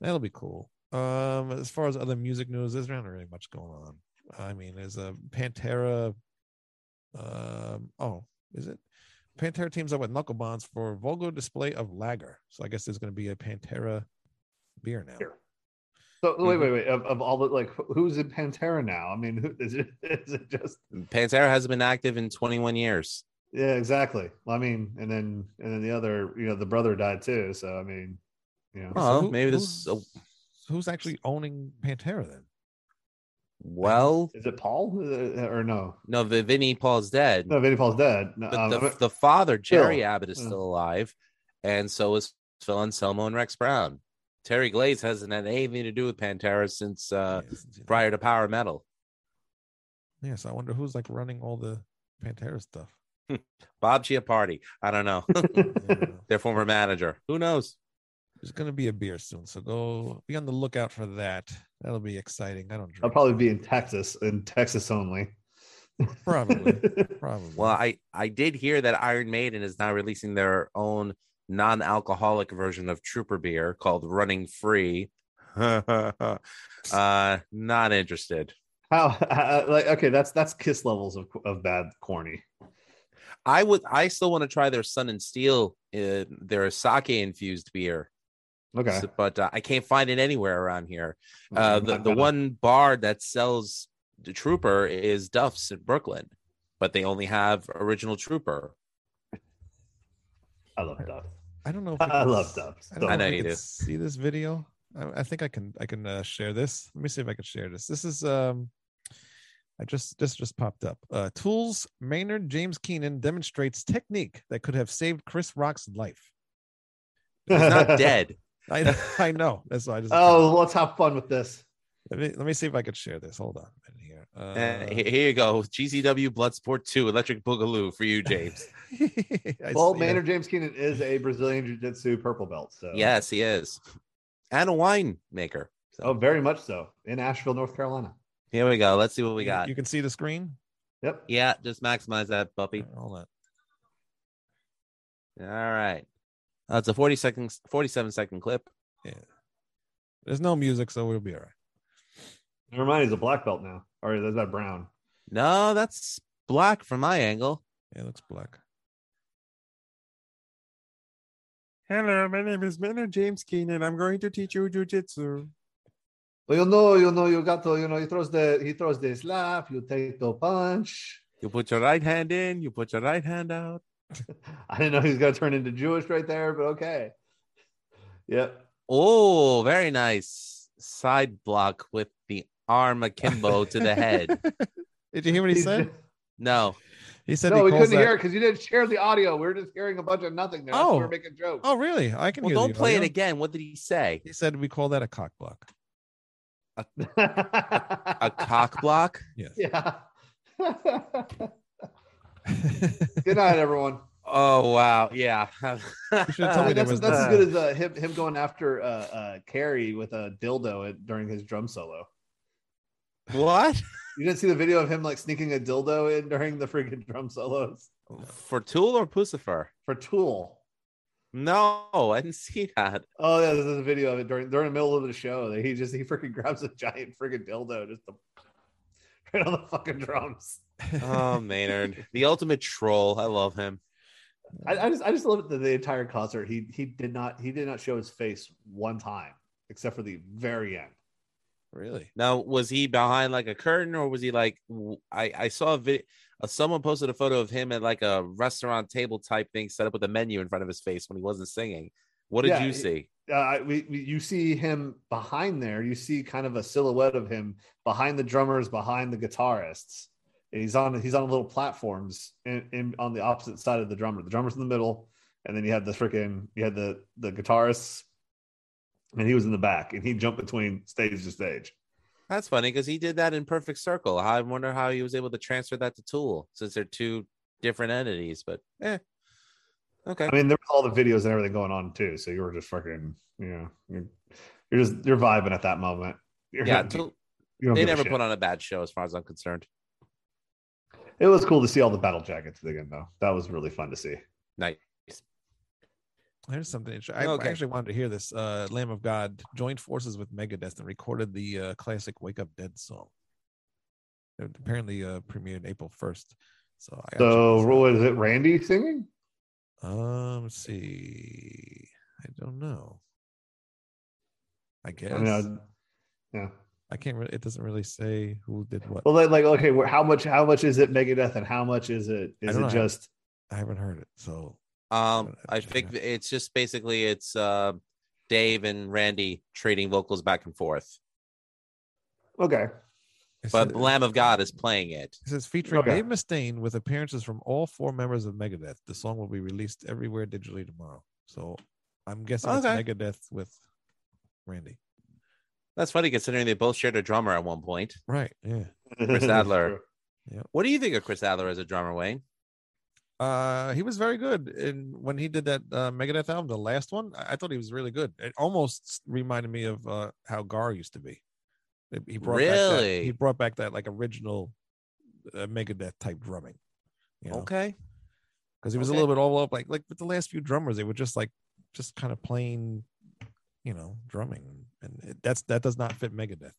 [SPEAKER 2] that'll be cool. Um as far as other music news, there's not really much going on. I mean, there's a Pantera um oh, is it? Pantera teams up with Knuckle Bonds for Vulgo display of lager. So I guess there's gonna be a Pantera beer now.
[SPEAKER 3] Here. So
[SPEAKER 1] Mm-hmm.
[SPEAKER 3] wait, wait, wait. Of, of all the like, wh- who's in Pantera now? I mean, who, is it? Is it just?
[SPEAKER 1] Pantera hasn't been active in 21 years.
[SPEAKER 3] Yeah, exactly. Well, I mean, and then and then the other, you know, the brother died too. So I mean, you know,
[SPEAKER 1] Oh, maybe this-
[SPEAKER 2] who's- who's actually owning Pantera then?
[SPEAKER 1] Well,
[SPEAKER 3] Is it Paul Uh, or no?
[SPEAKER 1] no, the Vinnie Paul's dead.
[SPEAKER 3] No, Vinnie Paul's dead. No,
[SPEAKER 1] but
[SPEAKER 3] um,
[SPEAKER 1] the, the father Jerry Abbott is
[SPEAKER 3] Yeah.
[SPEAKER 1] still alive, and so is Phil Anselmo and Rex Brown. Terry Glaze hasn't had anything to do with Pantera since uh,
[SPEAKER 2] yes, you know.
[SPEAKER 1] prior to Power Metal.
[SPEAKER 2] Yeah, so I wonder who's like running all the Pantera stuff.
[SPEAKER 1] Bob Giapardi, I don't know,
[SPEAKER 2] I don't know.
[SPEAKER 1] their former manager. Who knows?
[SPEAKER 2] There's gonna be a beer soon, so go be on the lookout for that. That'll be exciting. I don't
[SPEAKER 3] I'll
[SPEAKER 2] drink.
[SPEAKER 3] probably be in Texas, in Texas only.
[SPEAKER 2] probably, probably.
[SPEAKER 1] Well, I I did hear that Iron Maiden is now releasing their own non-alcoholic version of Trooper beer called Running Free. uh, not interested.
[SPEAKER 3] How? uh, like, okay, that's that's kiss levels of of bad corny.
[SPEAKER 1] I would. I still want to try their Sun and Steel, uh, their sake infused beer,
[SPEAKER 3] Okay, Mm-hmm.
[SPEAKER 1] So- but uh, I can't find it anywhere around here. Uh,
[SPEAKER 3] I'm
[SPEAKER 1] the
[SPEAKER 3] not
[SPEAKER 1] the
[SPEAKER 3] gonna-
[SPEAKER 1] one bar that sells the Trooper is Duff's in Brooklyn, but they only have original Trooper.
[SPEAKER 3] I love Dove.
[SPEAKER 2] I don't know. If we
[SPEAKER 3] I
[SPEAKER 2] can
[SPEAKER 3] love
[SPEAKER 2] s-
[SPEAKER 3] Dove.
[SPEAKER 2] I, don't
[SPEAKER 1] I
[SPEAKER 2] know
[SPEAKER 1] know
[SPEAKER 2] if we
[SPEAKER 1] you
[SPEAKER 2] can
[SPEAKER 1] do.
[SPEAKER 2] See this video? I, I think I can. I can uh, share this. Let me see if I can share this. This is um, I just this just popped up. Uh, Tools Maynard James Keenan demonstrates technique that could have saved Chris Rock's life.
[SPEAKER 1] He's not dead.
[SPEAKER 2] I I know. That's why I just.
[SPEAKER 3] Oh, let's have fun with this.
[SPEAKER 2] let me let me see if I can share this. Hold on a minute here.
[SPEAKER 1] Uh,
[SPEAKER 2] Uh,
[SPEAKER 1] he- here you go. GCW Bloodsport 2, Electric Boogaloo for you, James.
[SPEAKER 2] I
[SPEAKER 3] well,
[SPEAKER 2] see it.
[SPEAKER 3] Maynard James Keenan is a Brazilian Jiu Jitsu purple belt. So
[SPEAKER 1] yes, he is. And a winemaker. So
[SPEAKER 3] oh, very much so in Asheville, North Carolina.
[SPEAKER 1] here we go. Let's see what we
[SPEAKER 2] You-
[SPEAKER 1] got.
[SPEAKER 2] You can see the screen.
[SPEAKER 3] Yep.
[SPEAKER 1] Yeah, just maximize that puppy.
[SPEAKER 2] Hold on.
[SPEAKER 1] All right. Uh, it's a 40 second, 47 second clip.
[SPEAKER 2] There's no music, so we'll be all right.
[SPEAKER 3] Never mind, he's a black belt now. Or is that brown?
[SPEAKER 1] No, that's black from my angle.
[SPEAKER 2] Yeah, it looks black. Hello, my name is Maynard James Keenan. I'm going to teach you jujitsu.
[SPEAKER 3] Well, you know, you know, you got to, you know, he throws the he throws the slap, you take the punch.
[SPEAKER 1] You put your right hand in, you put your right hand out.
[SPEAKER 3] I didn't know he was gonna turn into Jewish right there, but okay. Yep.
[SPEAKER 1] Oh, very nice. Side block with the arm akimbo to the head.
[SPEAKER 2] Did you hear what he
[SPEAKER 3] He's-
[SPEAKER 2] said?
[SPEAKER 1] No.
[SPEAKER 2] He said
[SPEAKER 3] No,
[SPEAKER 2] he
[SPEAKER 3] we
[SPEAKER 2] calls
[SPEAKER 3] couldn't
[SPEAKER 2] that-
[SPEAKER 3] hear it because you didn't share the audio. We were just hearing a bunch of nothing there. That's why
[SPEAKER 2] Oh.
[SPEAKER 3] we we're making jokes.
[SPEAKER 2] Oh, really? I can.
[SPEAKER 1] Well,
[SPEAKER 2] hear the
[SPEAKER 1] don't play it
[SPEAKER 2] audio.
[SPEAKER 1] again. What did he say?
[SPEAKER 2] He said we call that a cock block. Oh.
[SPEAKER 1] A cock block?
[SPEAKER 2] Yes.
[SPEAKER 3] Yeah. Good night, everyone.
[SPEAKER 1] Oh, wow. Yeah.
[SPEAKER 2] should've told
[SPEAKER 3] I
[SPEAKER 2] me there
[SPEAKER 3] mean, that's
[SPEAKER 2] was
[SPEAKER 3] that's as
[SPEAKER 2] no-
[SPEAKER 3] good as uh, him, him going after uh, uh, Carrie with a dildo at, during his drum solo.
[SPEAKER 1] what?
[SPEAKER 3] You didn't see the video of him like sneaking a dildo in during the freaking drum solos
[SPEAKER 1] For Tool or Pucifer?
[SPEAKER 3] for Tool.
[SPEAKER 1] No, I didn't see that.
[SPEAKER 3] Oh yeah, there's a video of it during during the middle of the show that he just he freaking grabs a giant freaking dildo just to, right on the fucking drums.
[SPEAKER 1] Oh, Maynard, the ultimate troll. I love him.
[SPEAKER 3] I, I just I just love it that the entire concert he he did not he did not show his face one time except for the very end.
[SPEAKER 2] really?
[SPEAKER 1] Now, was he behind like a curtain, or was he like? w- I I saw a video. Uh, someone posted a photo of him at like a restaurant table type thing set up with a menu in front of his face when he wasn't singing. What did
[SPEAKER 3] Yeah,
[SPEAKER 1] you
[SPEAKER 3] it-
[SPEAKER 1] see?
[SPEAKER 3] uh, we, we you see him behind there. You see kind of a silhouette of him behind the drummers, behind the guitarists. And he's on he's on little platforms in, in on the opposite side of the drummer. The drummer's in the middle, and then you have the freaking you had the the guitarists, and he was in the back, and he jumped between stage to stage.
[SPEAKER 1] That's funny because he did that in Perfect Circle. I wonder how he was able to transfer that to Tool since they're two different entities. But eh, okay.
[SPEAKER 3] I mean, there was all the videos and everything going on too. So you were just freaking you know you're, you're just you're vibing at that moment. You're
[SPEAKER 1] Yeah,
[SPEAKER 3] not-
[SPEAKER 1] Tool,
[SPEAKER 3] you don't
[SPEAKER 1] they
[SPEAKER 3] give a
[SPEAKER 1] never
[SPEAKER 3] shit.
[SPEAKER 1] put on a bad show, as far as I'm concerned.
[SPEAKER 3] It was cool to see all the battle jackets again though. That was really fun to see.
[SPEAKER 1] Nice.
[SPEAKER 2] There's something interesting. I
[SPEAKER 1] Okay.
[SPEAKER 2] actually wanted to hear this. Uh, Lamb of God joined forces with Megadeth and recorded the uh, classic "Wake Up Dead" song. It apparently uh, premiered April 1st. So I gotta check
[SPEAKER 3] So
[SPEAKER 2] this out.
[SPEAKER 3] what is it? Randy singing?
[SPEAKER 2] Um, let's see. I don't know. I guess
[SPEAKER 3] I
[SPEAKER 2] I,
[SPEAKER 3] mean, I- yeah.
[SPEAKER 2] can't. Really, it doesn't really say who did what.
[SPEAKER 3] Well, like, like okay, wh- how much? How much is it Megadeth, and how much is it? Is
[SPEAKER 2] don't
[SPEAKER 3] it
[SPEAKER 2] know.
[SPEAKER 3] just?
[SPEAKER 2] I haven't heard it. So
[SPEAKER 1] Um,
[SPEAKER 2] I
[SPEAKER 1] I
[SPEAKER 2] don't
[SPEAKER 1] think
[SPEAKER 2] know.
[SPEAKER 1] it's just basically it's uh, Dave and Randy trading vocals back and forth.
[SPEAKER 3] Okay,
[SPEAKER 2] It
[SPEAKER 1] but
[SPEAKER 2] says-
[SPEAKER 1] Lamb of God is playing it.
[SPEAKER 2] It says featuring
[SPEAKER 3] Okay.
[SPEAKER 2] Dave Mustaine with appearances from all four members of Megadeth. The song will be released everywhere digitally tomorrow. So I'm guessing
[SPEAKER 1] Okay.
[SPEAKER 2] it's Megadeth with Randy.
[SPEAKER 1] That's funny considering they both shared a drummer at one point.
[SPEAKER 2] Right. Yeah.
[SPEAKER 1] Chris Adler.
[SPEAKER 3] True.
[SPEAKER 1] What do you think of Chris Adler as a drummer, Wayne?
[SPEAKER 2] Uh, he was very good. And when he did that uh, Megadeth album, the last one, I-, I thought he was really good. It almost reminded me of uh, how Gar used to be. He- He brought back that,
[SPEAKER 1] Really?
[SPEAKER 2] he brought back that like original uh, Megadeth type drumming. You know?
[SPEAKER 1] Okay.
[SPEAKER 2] because he was
[SPEAKER 1] Okay.
[SPEAKER 2] a little bit all up like like with the last few drummers they were just like just kind of plain you know drumming and it, that's that does not fit megadeth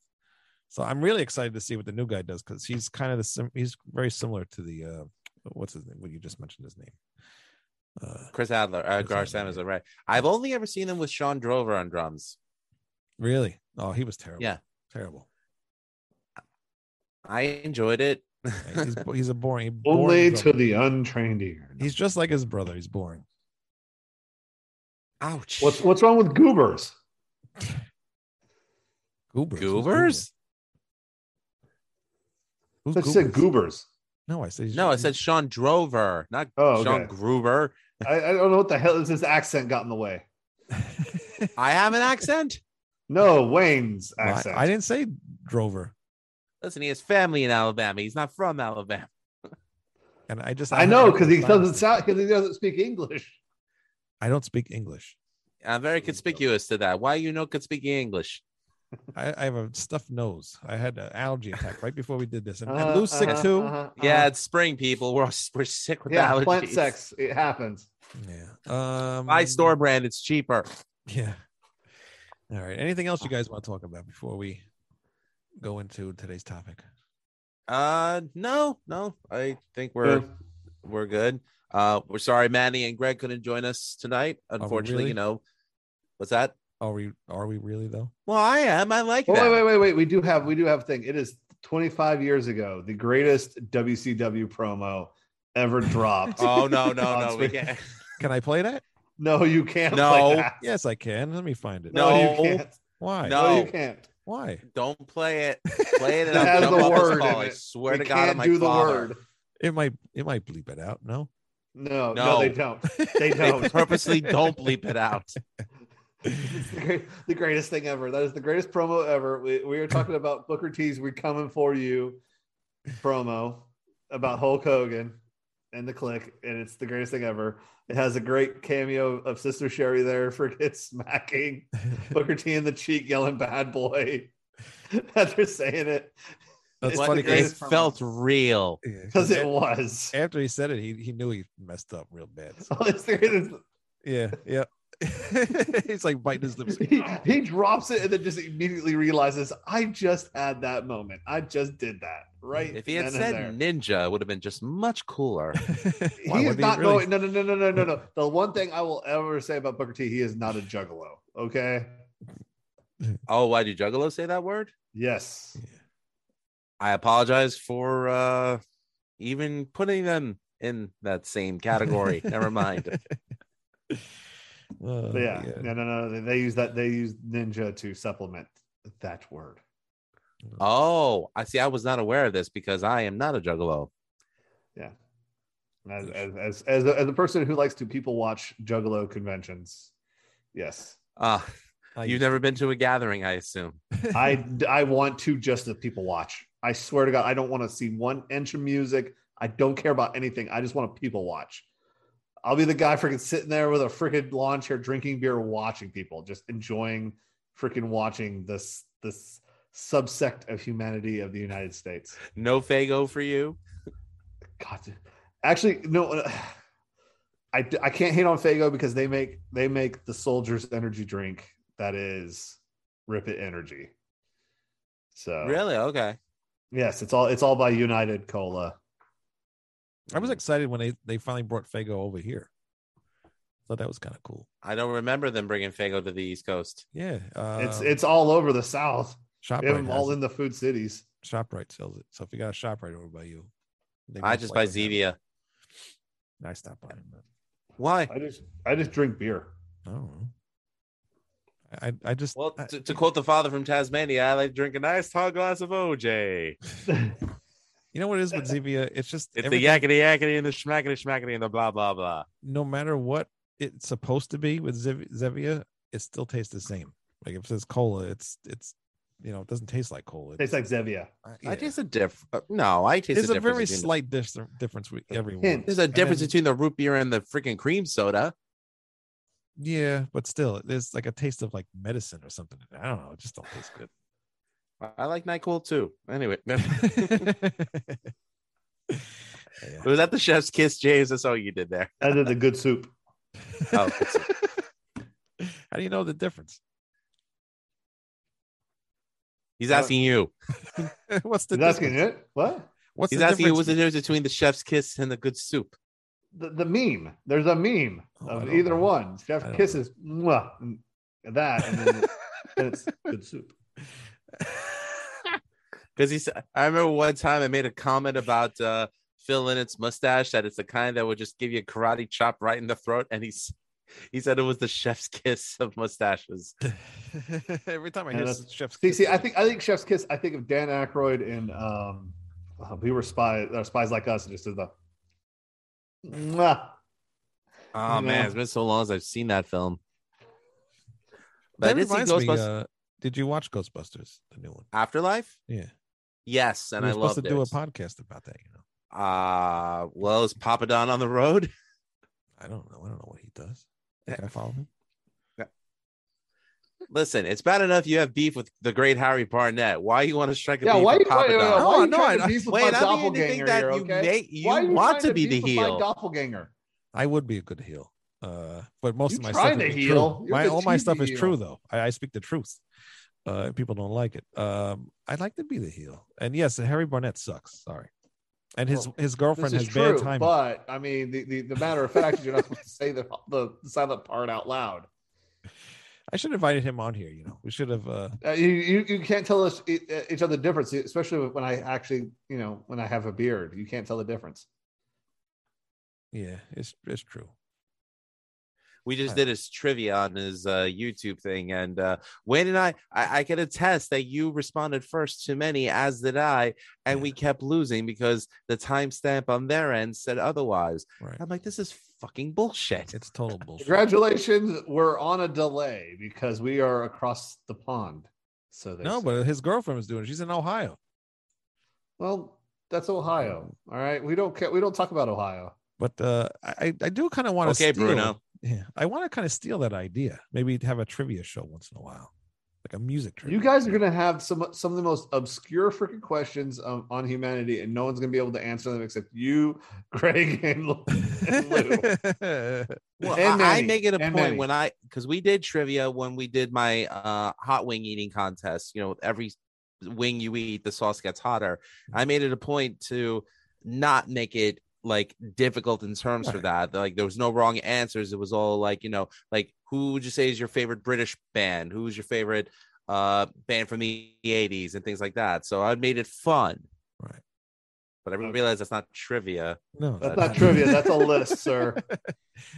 [SPEAKER 2] so i'm really excited to see what the new guy does because he's kind of the sim- he's very similar to the uh what's his name what you just mentioned his name uh
[SPEAKER 1] Chris Adler, uh,
[SPEAKER 2] Chris
[SPEAKER 1] Gar
[SPEAKER 2] Adler,
[SPEAKER 1] Sam is
[SPEAKER 2] yeah.
[SPEAKER 1] a right. I've only ever seen him with Sean Drover on drums.
[SPEAKER 2] really oh he was terrible
[SPEAKER 1] Yeah.
[SPEAKER 2] terrible
[SPEAKER 1] I enjoyed it.
[SPEAKER 2] he's, he's a boring, boring
[SPEAKER 3] Only to
[SPEAKER 2] drummer.
[SPEAKER 3] the untrained ear.
[SPEAKER 2] he's just like his brother he's boring
[SPEAKER 1] Ouch.
[SPEAKER 3] What's what's wrong with goobers?
[SPEAKER 2] goobers Who's
[SPEAKER 1] Goobers?
[SPEAKER 2] Who's
[SPEAKER 3] That said
[SPEAKER 2] Goobers?
[SPEAKER 3] goobers.
[SPEAKER 2] no i said he's-
[SPEAKER 1] No, I said Sean Drover, not
[SPEAKER 3] Oh,
[SPEAKER 1] Sean
[SPEAKER 3] okay.
[SPEAKER 1] Gruber.
[SPEAKER 3] I, I don't know what the hell is this accent got in the way.
[SPEAKER 1] I have an accent.
[SPEAKER 3] No, Wayne's
[SPEAKER 2] Well, I-
[SPEAKER 3] accent.
[SPEAKER 2] I didn't say drover
[SPEAKER 1] Listen, he has family in Alabama. He's not from Alabama.
[SPEAKER 2] And I just
[SPEAKER 3] I know because he
[SPEAKER 2] I don't
[SPEAKER 3] doesn't sound because he doesn't speak English.
[SPEAKER 2] I don't speak English.
[SPEAKER 1] I'm very conspicuous to that. Why you no could speak English?
[SPEAKER 2] I, I have a stuffed nose. I had an allergy attack right before we did this, and,
[SPEAKER 3] Uh,
[SPEAKER 2] and Lou's sick
[SPEAKER 3] uh-huh,
[SPEAKER 2] too.
[SPEAKER 3] uh-huh,
[SPEAKER 1] Yeah,
[SPEAKER 3] uh-huh.
[SPEAKER 1] it's spring, people. We're all, we're sick with
[SPEAKER 3] yeah.
[SPEAKER 1] allergies.
[SPEAKER 3] Plant sex. It happens.
[SPEAKER 2] Yeah. Um,
[SPEAKER 1] Buy store brand. It's cheaper.
[SPEAKER 2] Yeah. All right. Anything else you guys want to talk about before we go into today's topic?
[SPEAKER 1] Uh, no, no. I think we're we're good. Uh, we're sorry Manny and Greg couldn't join us tonight.
[SPEAKER 2] we
[SPEAKER 1] Unfortunately,
[SPEAKER 2] Oh, really?
[SPEAKER 1] you know, what's that?
[SPEAKER 2] Are we Are we really though?
[SPEAKER 1] Well, I am. I like
[SPEAKER 3] Oh,
[SPEAKER 1] that.
[SPEAKER 3] wait, wait, wait, wait. We do have we do have a thing. It is 25 years ago, the greatest WCW promo ever dropped.
[SPEAKER 1] Oh no, no,
[SPEAKER 3] On
[SPEAKER 1] no. We
[SPEAKER 3] screen.
[SPEAKER 1] can't.
[SPEAKER 2] Can I play that?
[SPEAKER 3] No, you can't.
[SPEAKER 1] No.
[SPEAKER 3] play that.
[SPEAKER 2] Yes, I can. Let me find it.
[SPEAKER 1] No.
[SPEAKER 3] you can't.
[SPEAKER 2] Why?
[SPEAKER 1] No.
[SPEAKER 3] No, you can't.
[SPEAKER 2] Why?
[SPEAKER 1] Don't play it. Play it and
[SPEAKER 3] It
[SPEAKER 1] I'll
[SPEAKER 3] has
[SPEAKER 1] jump
[SPEAKER 3] the
[SPEAKER 1] off this
[SPEAKER 3] word
[SPEAKER 1] call.
[SPEAKER 3] in
[SPEAKER 1] I
[SPEAKER 3] it.
[SPEAKER 1] swear
[SPEAKER 3] You
[SPEAKER 1] to God, on
[SPEAKER 3] can't
[SPEAKER 1] my
[SPEAKER 3] do the
[SPEAKER 1] father.
[SPEAKER 3] word.
[SPEAKER 2] It might It might bleep it out. No.
[SPEAKER 3] No, no,
[SPEAKER 1] No.
[SPEAKER 3] they don't.
[SPEAKER 1] They
[SPEAKER 3] They don't.
[SPEAKER 1] purposely don't bleep it out.
[SPEAKER 3] It's the, great, the greatest thing ever. That is the greatest promo ever. We, we are talking about Booker T's "We Coming for You" promo about Hulk Hogan and the Click, and it's the greatest thing ever. It has a great cameo of Sister Sherry there for kids smacking Booker T in the cheek, yelling "Bad boy" as they're saying it
[SPEAKER 2] That's
[SPEAKER 3] What
[SPEAKER 2] funny.
[SPEAKER 3] the
[SPEAKER 1] it
[SPEAKER 3] greatest-
[SPEAKER 2] 'cause-
[SPEAKER 1] felt real.
[SPEAKER 2] yeah, 'cause
[SPEAKER 3] because
[SPEAKER 2] a-
[SPEAKER 3] it was.
[SPEAKER 2] after he said it, he he knew he messed up real bad. so-
[SPEAKER 3] It's the greatest-
[SPEAKER 2] Yeah, yeah. He's like biting his lips.
[SPEAKER 3] he, he drops it and then just immediately realizes I just had that moment. I just did that right.
[SPEAKER 1] If he had
[SPEAKER 3] then and there.
[SPEAKER 1] said ninja, it would have been just much cooler.
[SPEAKER 2] Why
[SPEAKER 3] he
[SPEAKER 2] would
[SPEAKER 3] is not
[SPEAKER 2] really-
[SPEAKER 3] going. No, no, no, no, no, no, no. The one thing I will ever say about Booker T, he is not a juggalo. Okay.
[SPEAKER 1] oh, why did Juggalo say that word?
[SPEAKER 3] Yes.
[SPEAKER 1] I apologize for uh even putting them in that same category. Never mind.
[SPEAKER 2] Oh,
[SPEAKER 3] But yeah.
[SPEAKER 2] yeah.
[SPEAKER 3] No, no, no. They, they use that. They use ninja to supplement that word.
[SPEAKER 1] Oh, I see. I was not aware of this because I am not a Juggalo.
[SPEAKER 3] As as as, as, a, as a person who likes to people watch juggalo conventions. Yes.
[SPEAKER 1] Uh,
[SPEAKER 2] I
[SPEAKER 1] you've
[SPEAKER 2] used-
[SPEAKER 1] never been to a gathering, I assume.
[SPEAKER 3] I I want to just the people watch. I swear to God, I don't want to see one inch of music. I don't care about anything. I just want to people watch. I'll be the guy freaking sitting there with a freaking lawn chair, drinking beer, watching people, just enjoying freaking watching this this subsect of humanity of the United States.
[SPEAKER 1] No Fago for you.
[SPEAKER 3] God, dude. actually, no. uh, I, d- I can't hate on Fago because they make they make the soldiers energy drink that is rip it energy. So
[SPEAKER 2] Oh.
[SPEAKER 1] Really? Okay.
[SPEAKER 3] Yes, it's all it's all by United Cola.
[SPEAKER 2] I was excited when they they finally brought Fago over here. Thought that was kind of cool.
[SPEAKER 1] I don't remember them bringing Fago to the East Coast.
[SPEAKER 2] Yeah, uh,
[SPEAKER 3] it's it's all over the South. They have
[SPEAKER 2] Shoprite.
[SPEAKER 3] them all
[SPEAKER 2] has
[SPEAKER 3] in the food cities.
[SPEAKER 2] it. Shoprite sells it. So if you got a Shoprite over by you, they
[SPEAKER 1] I
[SPEAKER 2] most
[SPEAKER 1] just buy
[SPEAKER 2] likely have it.
[SPEAKER 1] Zevia.
[SPEAKER 2] I stopped buying that.
[SPEAKER 1] Why?
[SPEAKER 3] I just I just drink beer.
[SPEAKER 2] I don't know. I I, I just
[SPEAKER 1] Well,
[SPEAKER 2] I-
[SPEAKER 1] to, to quote the father from Tasmania, I like to drink a nice tall glass of OJ.
[SPEAKER 2] you know what it is with Zevia? It's just
[SPEAKER 1] It's
[SPEAKER 2] everything-
[SPEAKER 1] the yakety yakety and the schmackety schmackety and the blah blah blah.
[SPEAKER 2] no matter what it's supposed to be with Zev- Zevia, it still tastes the same. Like if it says cola, it's it's you know it doesn't taste like cola.
[SPEAKER 3] Tastes like Zevia.
[SPEAKER 1] I taste a diff. uh, No, I taste
[SPEAKER 2] There's
[SPEAKER 1] a,
[SPEAKER 2] a
[SPEAKER 1] difference
[SPEAKER 2] very
[SPEAKER 1] between-
[SPEAKER 2] slight dis- difference with everyone.
[SPEAKER 3] Hint.
[SPEAKER 1] There's a difference
[SPEAKER 2] then-
[SPEAKER 1] between the root beer and the freaking cream soda.
[SPEAKER 2] Yeah, but still, there's like a taste of like medicine or something. I don't know. It just don't taste good.
[SPEAKER 1] I- I like Nyquil too. Anyway,
[SPEAKER 2] Yeah.
[SPEAKER 1] was that the chef's kiss, James? That's all you did there.
[SPEAKER 3] Other the good soup.
[SPEAKER 1] Oh,
[SPEAKER 2] How do you know the difference?
[SPEAKER 1] He's
[SPEAKER 3] Uh,
[SPEAKER 1] asking you.
[SPEAKER 2] what's the
[SPEAKER 3] He's asking
[SPEAKER 2] difference?
[SPEAKER 3] it. What?
[SPEAKER 2] What's
[SPEAKER 1] He's
[SPEAKER 2] the
[SPEAKER 1] asking you
[SPEAKER 2] difference
[SPEAKER 1] what's the difference between the chef's kiss and the good soup.
[SPEAKER 3] The, the meme. There's a meme
[SPEAKER 2] Oh, I
[SPEAKER 3] of
[SPEAKER 2] don't
[SPEAKER 3] either
[SPEAKER 2] know.
[SPEAKER 3] one.
[SPEAKER 2] I
[SPEAKER 3] Chef
[SPEAKER 2] don't know.
[SPEAKER 3] kisses mwah, and that, and then, then it's good soup.
[SPEAKER 1] Because he said, I remember one time I made a comment about uh, Phil Lynott's mustache that it's the kind that would just give you a karate chop right in the throat. And he's, he said it was the chef's kiss of mustaches.
[SPEAKER 2] Every time I
[SPEAKER 3] Yeah,
[SPEAKER 2] hear
[SPEAKER 3] that's-
[SPEAKER 2] chef's
[SPEAKER 3] See,
[SPEAKER 2] kiss,
[SPEAKER 3] see, I think I think Chef's Kiss. I think of Dan Aykroyd in um, uh, We Were Spies, uh, Spies Like Us, and just as the. Mwah.
[SPEAKER 1] Oh,
[SPEAKER 3] Yeah.
[SPEAKER 1] man. It's been so long since I've seen that film. But I
[SPEAKER 2] that
[SPEAKER 1] did see
[SPEAKER 2] reminds me.
[SPEAKER 1] Ghostbusters
[SPEAKER 2] Uh, did you watch Ghostbusters, the new one?
[SPEAKER 1] Afterlife?
[SPEAKER 2] Yeah,
[SPEAKER 1] Yes. And
[SPEAKER 2] we
[SPEAKER 1] I
[SPEAKER 2] were supposed
[SPEAKER 1] loved
[SPEAKER 2] to
[SPEAKER 1] it.
[SPEAKER 2] do a podcast about that. You know,
[SPEAKER 1] uh, well, is Papa Don on the road?
[SPEAKER 2] I don't know. I don't know what he does.
[SPEAKER 1] Eh.
[SPEAKER 2] Think I follow him.
[SPEAKER 1] Listen, it's bad enough you have beef with the great Harry Barnett. Why you want to strike a
[SPEAKER 3] Yeah,
[SPEAKER 1] beef
[SPEAKER 3] why?
[SPEAKER 1] with
[SPEAKER 3] why-
[SPEAKER 1] Papa Don?
[SPEAKER 2] No,
[SPEAKER 3] why you
[SPEAKER 2] no,
[SPEAKER 3] trying
[SPEAKER 2] I-
[SPEAKER 3] to beef with
[SPEAKER 1] Wait,
[SPEAKER 3] my
[SPEAKER 1] I mean, you
[SPEAKER 3] doppelganger
[SPEAKER 1] think that
[SPEAKER 3] here,
[SPEAKER 1] you
[SPEAKER 3] okay?
[SPEAKER 1] may- you
[SPEAKER 3] Why are
[SPEAKER 1] want
[SPEAKER 3] trying
[SPEAKER 1] to be the
[SPEAKER 3] beef with My
[SPEAKER 1] heel.
[SPEAKER 3] doppelganger.
[SPEAKER 2] I would be a good heel. Uh, but most
[SPEAKER 3] You
[SPEAKER 2] of my
[SPEAKER 3] trying
[SPEAKER 2] stuff
[SPEAKER 3] to
[SPEAKER 2] is
[SPEAKER 3] heel.
[SPEAKER 2] true.
[SPEAKER 3] You're
[SPEAKER 2] My
[SPEAKER 3] the
[SPEAKER 2] all my
[SPEAKER 3] cheesy
[SPEAKER 2] stuff is
[SPEAKER 3] heel.
[SPEAKER 2] true though. I, I speak the truth. Uh, and people don't like it. Um, I'd like to be the heel. And yes, Harry Barnett sucks. Sorry. And his
[SPEAKER 3] Well,
[SPEAKER 2] his
[SPEAKER 3] This
[SPEAKER 2] girlfriend
[SPEAKER 3] is
[SPEAKER 2] has
[SPEAKER 3] true,
[SPEAKER 2] bad timing.
[SPEAKER 3] but I mean, the, the, the matter of fact is you're not supposed to say the, the silent part out loud.
[SPEAKER 2] I should have invited him on here. You know, we should have. Uh,
[SPEAKER 3] Uh, you, you you can't tell us e- uh, each other the difference, especially when I actually you know when I have a beard, you can't tell the difference.
[SPEAKER 2] yeah, it's it's true.
[SPEAKER 1] We just
[SPEAKER 2] Right.
[SPEAKER 1] did his trivia on his uh, YouTube thing, and uh, Wayne and I, I, I can attest that you responded first to many, as did I, and
[SPEAKER 2] Yeah.
[SPEAKER 1] we kept losing because the timestamp on their end said otherwise.
[SPEAKER 2] Right.
[SPEAKER 1] I'm like, this is fucking bullshit.
[SPEAKER 2] It's total bullshit.
[SPEAKER 3] Congratulations, we're on a delay because we are across the pond. So they
[SPEAKER 2] No,
[SPEAKER 3] say.
[SPEAKER 2] but his girlfriend was doing it. She's in Ohio.
[SPEAKER 3] well, that's Ohio. All right, we don't care. We don't talk about Ohio.
[SPEAKER 2] But uh, I I do kind of want to.
[SPEAKER 1] Okay,
[SPEAKER 2] steal,
[SPEAKER 1] Bruno.
[SPEAKER 2] Yeah, I want to kind of steal that idea. Maybe have a trivia show once in a while, like a music trivia.
[SPEAKER 3] You guys are gonna have some some of the most obscure freaking questions um, on humanity, and no one's gonna be able to answer them except you, Greg, and Lou.
[SPEAKER 1] Well,
[SPEAKER 3] And
[SPEAKER 1] I, I
[SPEAKER 3] many,
[SPEAKER 1] make it a
[SPEAKER 3] and
[SPEAKER 1] point
[SPEAKER 3] many.
[SPEAKER 1] when I because we did trivia when we did my uh, hot wing eating contest. You know, with every wing you eat, the sauce gets hotter. I made it a point to not make it like difficult in terms for that. Like there was no wrong answers. It was all like you know, like who would you say is your favorite British band? Who is your favorite uh, band from the '80s and things like that? So I made it fun.
[SPEAKER 2] Right.
[SPEAKER 1] But I
[SPEAKER 3] Okay.
[SPEAKER 1] realized that's not trivia.
[SPEAKER 2] no,
[SPEAKER 3] That's
[SPEAKER 2] that-
[SPEAKER 3] not trivia. That's a list, sir.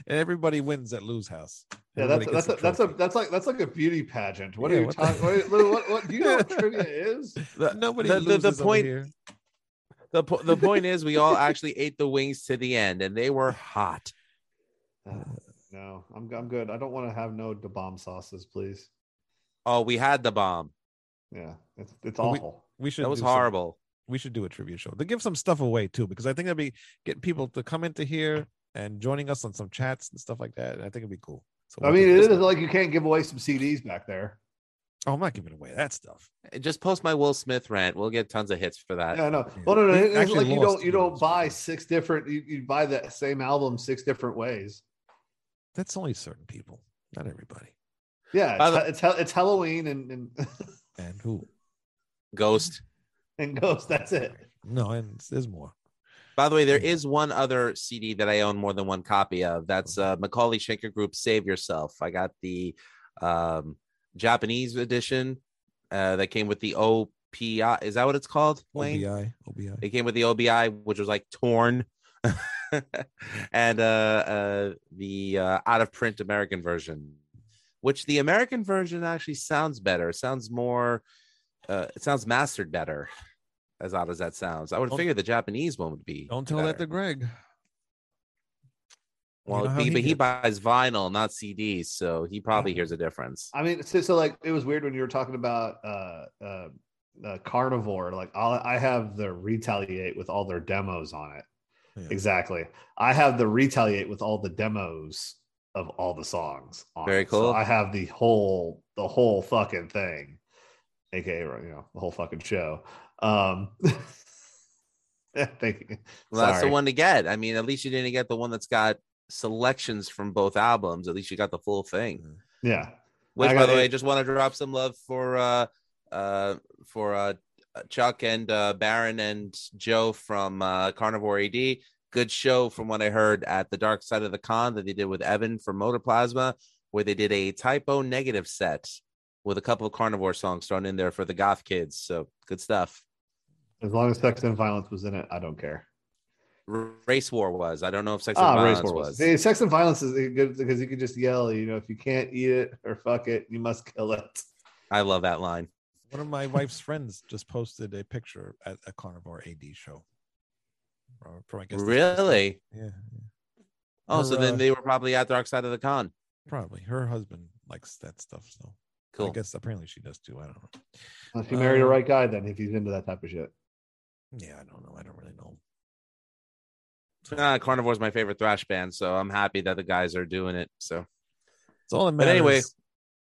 [SPEAKER 2] And everybody wins at Lou's house.
[SPEAKER 3] Yeah, that's
[SPEAKER 2] Everybody
[SPEAKER 3] that's a,
[SPEAKER 2] gets
[SPEAKER 3] that's a
[SPEAKER 2] trophy.
[SPEAKER 3] that's like that's like a beauty pageant. What
[SPEAKER 2] Yeah,
[SPEAKER 3] are you
[SPEAKER 2] what the-
[SPEAKER 3] talking? What, what, what, what do you know what trivia is?
[SPEAKER 2] nobody
[SPEAKER 1] the- the- the
[SPEAKER 2] loses over
[SPEAKER 1] point-
[SPEAKER 2] here.
[SPEAKER 1] The po- the point is, we all actually ate the wings to the end, and they were hot.
[SPEAKER 2] Uh,
[SPEAKER 3] Ah. Uh, No, I'm I'm good. I don't want to have no de bomb sauces, please.
[SPEAKER 1] Oh, we had the bomb.
[SPEAKER 3] Yeah, it's it's
[SPEAKER 2] Well, we-
[SPEAKER 3] awful.
[SPEAKER 2] We should
[SPEAKER 1] That was
[SPEAKER 2] do some-
[SPEAKER 1] horrible.
[SPEAKER 2] we should do a trivia show. They give some stuff away too, because I think that'd be getting people to come into here and joining us on some chats and stuff like that. And I think it'd be cool. So
[SPEAKER 3] I
[SPEAKER 2] we'll
[SPEAKER 3] mean,
[SPEAKER 2] do
[SPEAKER 3] it is
[SPEAKER 2] this.
[SPEAKER 3] like you can't give away some CDs back there.
[SPEAKER 2] Oh, I'm not giving away that stuff.
[SPEAKER 1] Eh, Just post my Will Smith rant. We'll get tons of hits for that.
[SPEAKER 3] Yeah, no,
[SPEAKER 2] yeah.
[SPEAKER 3] well, no, no.
[SPEAKER 2] We
[SPEAKER 3] It's
[SPEAKER 2] actually
[SPEAKER 3] like you
[SPEAKER 2] lost
[SPEAKER 3] don't you
[SPEAKER 2] two of
[SPEAKER 3] don't
[SPEAKER 2] those
[SPEAKER 3] buy
[SPEAKER 2] people.
[SPEAKER 3] six different. You, you buy the same album six different ways.
[SPEAKER 2] That's only certain people, not everybody.
[SPEAKER 3] Yeah,
[SPEAKER 1] By
[SPEAKER 3] it's it's, Ha- it's Halloween and and
[SPEAKER 2] And who?
[SPEAKER 1] Ghost.
[SPEAKER 3] and Ghost. That's it.
[SPEAKER 2] No, and there's more.
[SPEAKER 1] By the way, there is one other CD that I own more than one copy of. That's uh, Macaulay Shanker Group. Save yourself. I got the um, Japanese edition uh, that came with the OPI. Is that what it's called, Wayne?
[SPEAKER 2] OBI, OBI.
[SPEAKER 1] It came with the OBI, which was like torn, and uh, uh, the uh, out of print American version. which the American version actually sounds better. It sounds more, uh, it sounds mastered better, as odd as that sounds. I would
[SPEAKER 2] Don't-
[SPEAKER 1] figure the Japanese one would be.
[SPEAKER 2] Don't tell that
[SPEAKER 1] better.
[SPEAKER 2] to Greg.
[SPEAKER 1] Well,
[SPEAKER 2] know how
[SPEAKER 1] he,
[SPEAKER 2] he
[SPEAKER 1] but he buys
[SPEAKER 2] feels.
[SPEAKER 1] vinyl, not CDs, so he probably hears a difference.
[SPEAKER 3] I mean, so, so like it was weird when you were talking about uh, uh, uh, Carnivore. Like I'll, I have the Retaliate with all their demos on it.
[SPEAKER 2] Yeah.
[SPEAKER 3] Exactly. I have the Retaliate with all the demos of all the songs. On
[SPEAKER 1] Very
[SPEAKER 3] it. So
[SPEAKER 1] cool.
[SPEAKER 3] I have the whole the whole fucking thing, aka you know the whole fucking show. Um, thank you.
[SPEAKER 1] Well, that's the
[SPEAKER 3] Sorry.
[SPEAKER 1] one to get. I mean, at least you didn't get the one that's got selections from both albums. At least you got the full thing.
[SPEAKER 2] Mm.
[SPEAKER 3] Yeah.
[SPEAKER 1] Which,
[SPEAKER 3] I
[SPEAKER 1] by
[SPEAKER 3] got
[SPEAKER 1] the way,
[SPEAKER 3] it.
[SPEAKER 1] just want to drop some love for uh, uh, for uh, Chuck and uh, Baron and Joe from uh, Carnivore AD. Good show from what I heard at the Dark Side of the Con that they did with Evan from Motoplasma, where they did a typo negative set with a couple of Carnivore songs thrown in there for the goth kids. So good stuff.
[SPEAKER 3] As long as sex and violence was in it, I don't care.
[SPEAKER 1] R- Race War was. I don't know if Sex and
[SPEAKER 3] Ah,
[SPEAKER 1] Violence
[SPEAKER 3] race war
[SPEAKER 1] was.
[SPEAKER 3] was. See, sex and violence is good because you can just yell. You know, if you can't eat it or fuck it, you must kill it.
[SPEAKER 1] I love that line.
[SPEAKER 2] One of my wife's friends just posted a picture at a carnivore AD show. From- From I guess the-
[SPEAKER 1] Really?
[SPEAKER 2] yeah,
[SPEAKER 1] Oh, so
[SPEAKER 2] Or,
[SPEAKER 1] then
[SPEAKER 2] uh,
[SPEAKER 1] they were probably at Dark Side of the Con.
[SPEAKER 2] probably. Her husband likes that stuff, so I
[SPEAKER 1] Cool.
[SPEAKER 2] guess apparently she does too. I don't know.
[SPEAKER 3] Unless you marry the
[SPEAKER 2] Uh,
[SPEAKER 3] right guy, then if he's into that type of shit.
[SPEAKER 2] Yeah, I don't know. I don't really know.
[SPEAKER 1] Uh, Carnivore is my favorite thrash band, so I'm happy that the guys are doing it. So
[SPEAKER 2] It's all that
[SPEAKER 1] But
[SPEAKER 2] matters.
[SPEAKER 1] anyway-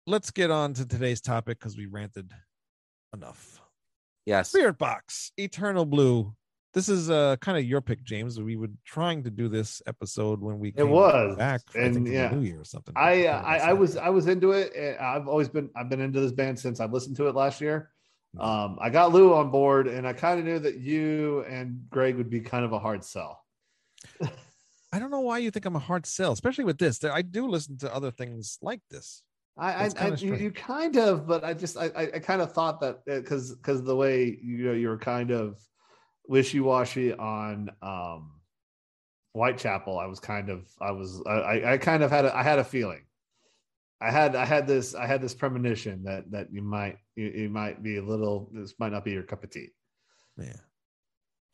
[SPEAKER 2] let's get on to today's topic because we ranted enough.
[SPEAKER 1] yes,
[SPEAKER 2] Spirit Box, Eternal Blue. This is uh kind of your pick, James. We were trying to do this episode when we
[SPEAKER 3] It was,
[SPEAKER 2] back, I
[SPEAKER 3] and
[SPEAKER 2] think, from
[SPEAKER 3] yeah.
[SPEAKER 2] the New Year or something.
[SPEAKER 3] I, uh,
[SPEAKER 2] Something
[SPEAKER 3] I
[SPEAKER 2] like
[SPEAKER 3] I
[SPEAKER 2] that.
[SPEAKER 3] was I was into it. and I've always been I've been into this band since I've listened to it last year. Um, I got Lou on board, and I kind of knew that you and Greg would be kind of a hard sell.
[SPEAKER 2] I don't know why you think I'm a hard sell, especially with this. I do listen to other things like this.
[SPEAKER 3] I, I,
[SPEAKER 2] That's
[SPEAKER 3] I
[SPEAKER 2] kinda
[SPEAKER 3] you,
[SPEAKER 2] strange.
[SPEAKER 3] you kind of, but I just I, I, I kind of thought that because because the way you know you're kind of wishy washy on um Whitechapel, I was kind of I was I- I, I kind of had a, I had a feeling. I had I had this I had this premonition that that you might you, you might be a little this might not be your cup of tea.
[SPEAKER 2] Yeah,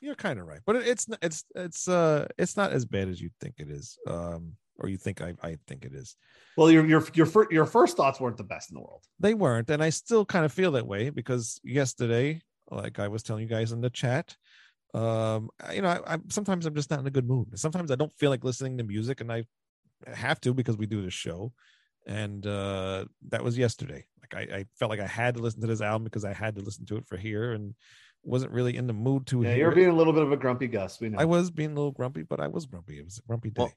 [SPEAKER 2] you're kind of right, but it, it's n- it's it's uh it's not as bad as you think it is, um, or you think I I think it is.
[SPEAKER 3] Well, your your your fir- your first thoughts weren't the best in the world.
[SPEAKER 2] they weren't and i still kind of feel that way because yesterday like i was telling you guys in the chat um I- you know I, I sometimes i'm just not in a good mood sometimes i don't feel like listening to music and i have to because we do the show and uh that was yesterday like I, I felt like i had to listen to this album because i had to listen to it for here and wasn't really in the mood to
[SPEAKER 3] Yeah,
[SPEAKER 2] hear
[SPEAKER 3] you're
[SPEAKER 2] it.
[SPEAKER 3] being a little bit of a grumpy Gus. We know.
[SPEAKER 2] i was being a little grumpy but i was grumpy it was a grumpy day
[SPEAKER 1] Well,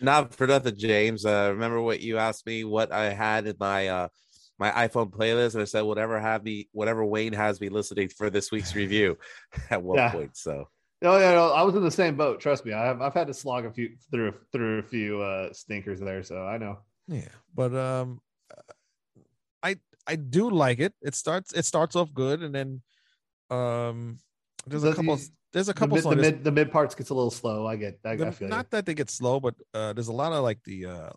[SPEAKER 1] not for nothing, James. Uh, remember what you asked me what I had in my uh, my iPhone playlist, and I said whatever have me, whatever Wayne has me listening for this week's review at one
[SPEAKER 3] Yeah.
[SPEAKER 1] point. So
[SPEAKER 3] No, Oh, yeah, no, I was in the same boat. Trust me, I've I've had to slog a few through through a few uh, stinkers there, so I know.
[SPEAKER 2] Yeah, but um, I I do like it. It starts it starts off good, and then um, there's a
[SPEAKER 3] The-
[SPEAKER 2] couple there's a
[SPEAKER 3] The
[SPEAKER 2] couple
[SPEAKER 3] mid, the
[SPEAKER 2] songs.
[SPEAKER 3] mid the mid parts gets a little slow. I get, I, I
[SPEAKER 2] the-
[SPEAKER 3] feel you.
[SPEAKER 2] not that they get slow, but uh, there's a lot of like the uh,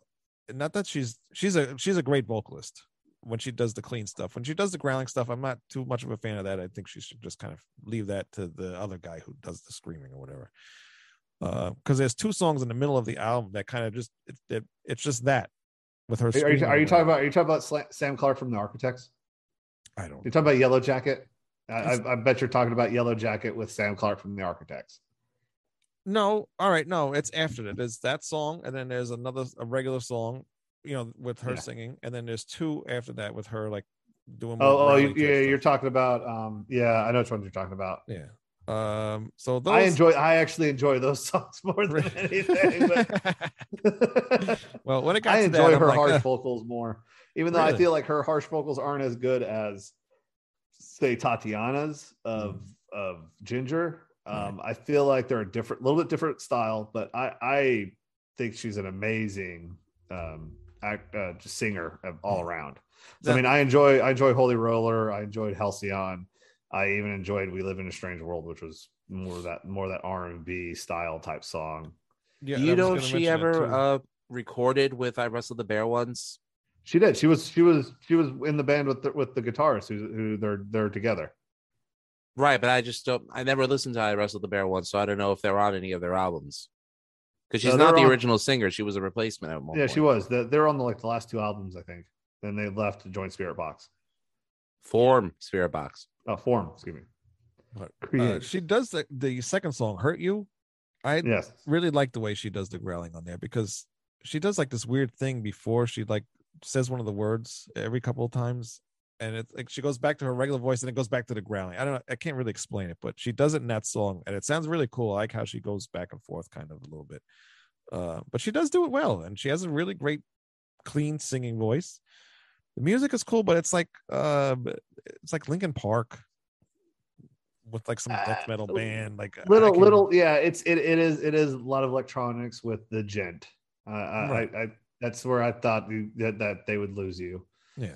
[SPEAKER 2] not that she's she's a she's a great vocalist when she does the clean stuff. When she does the growling stuff, I'm not too much of a fan of that. I think she should just kind of leave that to the other guy who does the screaming or whatever. Because there's two songs in the middle of the album that kind of just it, it, it's just that with her.
[SPEAKER 3] Are
[SPEAKER 2] screaming
[SPEAKER 3] you,
[SPEAKER 2] or
[SPEAKER 3] are you talking
[SPEAKER 2] whatever.
[SPEAKER 3] about? Are you talking about Sla- Sam Clark from the Architects?
[SPEAKER 2] I don't.
[SPEAKER 3] You're talking about Yellow Jacket. I, I, I
[SPEAKER 2] It's-
[SPEAKER 3] bet you're talking about Yellow Jacket with Sam Clark from the Architects.
[SPEAKER 2] No, all right, no, it's after that. There's that song, and then there's another a regular song, you know, with her
[SPEAKER 3] Yeah.
[SPEAKER 2] singing, and then there's two after that with her like doing. more
[SPEAKER 3] Oh, oh,
[SPEAKER 2] growly
[SPEAKER 3] you,
[SPEAKER 2] type
[SPEAKER 3] yeah, you're
[SPEAKER 2] stuff.
[SPEAKER 3] talking about. Um, yeah, I know which ones you're talking about.
[SPEAKER 2] yeah. Um, so those
[SPEAKER 3] I enjoy. I actually enjoy those songs more than anything. But
[SPEAKER 2] well, when it got
[SPEAKER 3] I
[SPEAKER 2] to
[SPEAKER 3] enjoy
[SPEAKER 2] that, I'm
[SPEAKER 3] her
[SPEAKER 2] like,
[SPEAKER 3] harsh
[SPEAKER 2] uh,
[SPEAKER 3] vocals more, even though I
[SPEAKER 2] Really?
[SPEAKER 3] feel like her harsh vocals aren't as good as, say, Tatiana's
[SPEAKER 2] Mm.
[SPEAKER 3] of of Ginger. Um, I feel like they're a different, little bit different style, but I I think she's an amazing um, act, uh, just singer of,
[SPEAKER 2] Mm.
[SPEAKER 3] all around. So, I
[SPEAKER 2] Now-
[SPEAKER 3] mean, I enjoy I enjoy Holy Roller. I enjoyed Halcyon. I even enjoyed We Live in a Strange World, which was more that more that R and B style type song.
[SPEAKER 2] yeah,
[SPEAKER 1] Do
[SPEAKER 2] I
[SPEAKER 1] you
[SPEAKER 2] was
[SPEAKER 1] know
[SPEAKER 2] gonna
[SPEAKER 1] if
[SPEAKER 2] mention
[SPEAKER 1] she
[SPEAKER 2] that
[SPEAKER 1] ever
[SPEAKER 2] too.
[SPEAKER 1] uh, recorded with I Wrestled the Bear once?
[SPEAKER 3] She did. She was she was she was in the band with the, with the guitarist who who they're they're together.
[SPEAKER 1] Right, but I just don't. I never listened to I Wrestled the Bear once, so I don't know if they're on any of their albums. Because she's
[SPEAKER 3] No,
[SPEAKER 1] not
[SPEAKER 3] they're
[SPEAKER 1] the
[SPEAKER 3] on-
[SPEAKER 1] original singer; she was a replacement
[SPEAKER 2] Oh,
[SPEAKER 1] at one
[SPEAKER 3] yeah,
[SPEAKER 1] point.
[SPEAKER 3] she was. They're, they're on the, like the last two albums, I think. Then they left to join Spirit Box.
[SPEAKER 1] Form Spirit Box.
[SPEAKER 3] Uh, Form, excuse me.
[SPEAKER 2] What? Uh,
[SPEAKER 3] Create.
[SPEAKER 2] she does the, the second song, Hurt You. I
[SPEAKER 3] yes.
[SPEAKER 2] really like the way she does the growling on there because she does like this weird thing before she like says one of the words every couple of times and it's like she goes back to her regular voice and it goes back to the growling i don't know i can't really explain it but she does it in that song and it sounds really cool i like how she goes back and forth kind of a little bit uh, but she does do it well and she has a really great clean singing voice the music is cool but it's like uh it's like linkin park with like some death
[SPEAKER 3] Uh,
[SPEAKER 2] metal band like I
[SPEAKER 3] little
[SPEAKER 2] can-
[SPEAKER 3] little yeah it's it, it is it is a lot of electronics with the gent uh, I,
[SPEAKER 2] Right.
[SPEAKER 3] I, I that's where i thought you, that, that they would lose you
[SPEAKER 2] Yeah.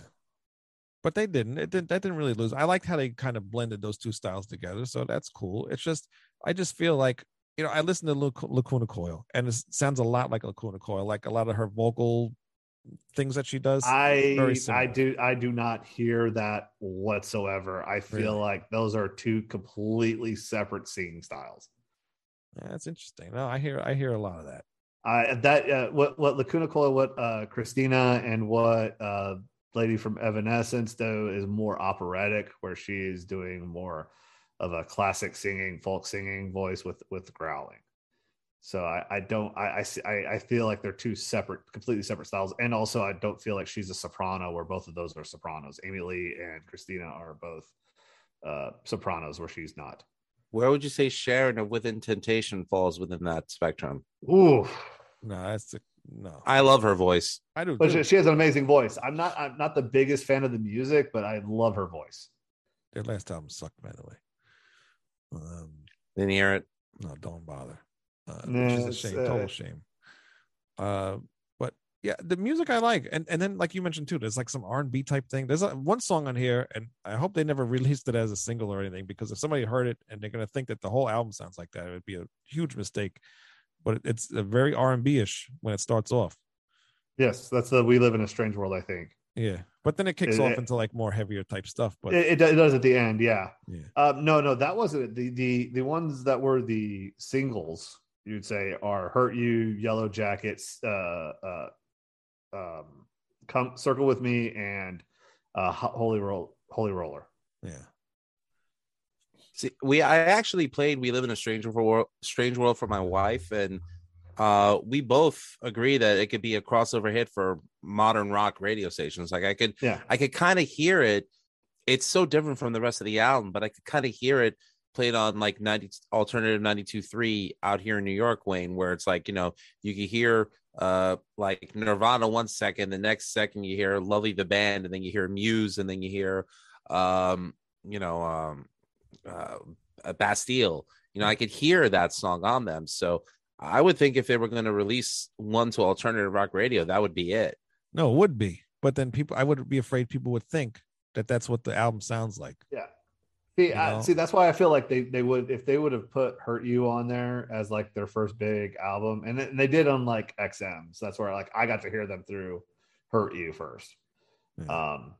[SPEAKER 2] But they didn't. It didn't that didn't really lose. I liked how they kind of blended those two styles together. So that's cool. It's just I just feel like you know, I listen to Lac- Lacuna Coil and it s- sounds a lot like Lacuna Coil, like a lot of her vocal things that she does.
[SPEAKER 3] i i
[SPEAKER 2] similar.
[SPEAKER 3] do i do not hear that whatsoever i feel
[SPEAKER 2] Really?
[SPEAKER 3] like those are two completely separate singing styles
[SPEAKER 2] Yeah, that's interesting. No, I hear I hear a lot of that.
[SPEAKER 3] i that uh, what what lacuna coil what uh christina and what uh lady from evanescence though is more operatic where she is doing more of a classic singing folk singing voice with with growling so i i don't i I s- I- I feel like they're two separate completely separate styles and also i don't feel like she's a soprano where both of those are sopranos amy lee and christina are both uh sopranos where she's not
[SPEAKER 1] Where would you say Sharon of Within Temptation falls within that spectrum?
[SPEAKER 3] ooh
[SPEAKER 2] No, that's a, no. I,
[SPEAKER 1] I love her voice.
[SPEAKER 2] do.
[SPEAKER 3] but
[SPEAKER 2] too.
[SPEAKER 3] she, she has an amazing voice i'm not i'm not the biggest fan of the music but i love her voice
[SPEAKER 2] Their last album sucked, by the way. Um,
[SPEAKER 1] Didn't hear it.
[SPEAKER 2] no, don't bother. Uh,
[SPEAKER 3] Nah,
[SPEAKER 2] which is a
[SPEAKER 3] it's,
[SPEAKER 2] shame,
[SPEAKER 3] uh,
[SPEAKER 2] total shame. Uh, but yeah, the music I like, and and then like you mentioned too, there's like some R and B type thing. There's uh one song on here, and I hope they never released it as a single or anything because if somebody heard it and they're gonna think that the whole album sounds like that, it would be a huge mistake. But it- it's a very R and B ish when it starts off.
[SPEAKER 3] yes that's the we live in a strange world i think
[SPEAKER 2] Yeah, but then it kicks
[SPEAKER 3] It-
[SPEAKER 2] off
[SPEAKER 3] it-
[SPEAKER 2] into like more heavier type stuff. But
[SPEAKER 3] it, it does- it does at the end yeah
[SPEAKER 2] Yeah.
[SPEAKER 3] um, no no that wasn't it. the the the ones that were the singles you'd say are hurt you yellow jackets uh uh um come circle with me and uh Ho- holy roll holy roller
[SPEAKER 2] yeah,
[SPEAKER 1] See, we I actually played "We Live in a Strange World" Strange World for my wife, and uh, we both agree that it could be a crossover hit for modern rock radio stations. Like I could,
[SPEAKER 3] yeah
[SPEAKER 1] I could kind of hear it. It's so different from the rest of the album, but I could kind of hear it played on like 90 alternative 92.3 out here in New York, Wayne, where it's like, you know, you could hear uh like Nirvana one second, the next second you hear Lovely the Band, and then you hear Muse, and then you hear um, you know, um uh uh, Bastille. You know, I could hear that song on them. So I would think if they were going to release one to alternative rock radio, that would be it.
[SPEAKER 2] no, it would be. But then people, I would be afraid people would think that that's what the album sounds like.
[SPEAKER 3] See,
[SPEAKER 2] You
[SPEAKER 3] I,
[SPEAKER 2] know?
[SPEAKER 3] see, that's why I feel like they, they would if they would have put "Hurt You" on there as like their first big album, and, then they did on like XM. So that's where like I got to hear them through "Hurt You" first,
[SPEAKER 2] Yeah.
[SPEAKER 3] um,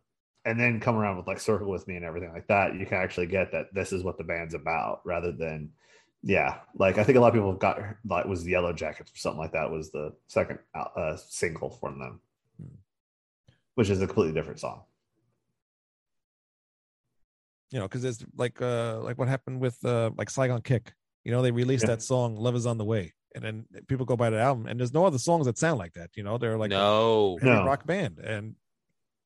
[SPEAKER 3] and then come around with like "Circle with Me" and everything like that. You can actually get that this is what the band's about, rather than yeah, like I think a lot of people got like was Yellow Jackets or something like that was the second uh, uh, single from them,
[SPEAKER 2] Hmm.
[SPEAKER 3] which is a completely different song.
[SPEAKER 2] you know, because it's like uh like what happened with uh like Saigon Kick. You know, they released
[SPEAKER 3] Yeah.
[SPEAKER 2] that song "Love Is on the Way," and then people go buy the album, and there's no other songs that sound like that. You know, they're like a
[SPEAKER 1] no.
[SPEAKER 2] heavy
[SPEAKER 3] No.
[SPEAKER 2] rock band, and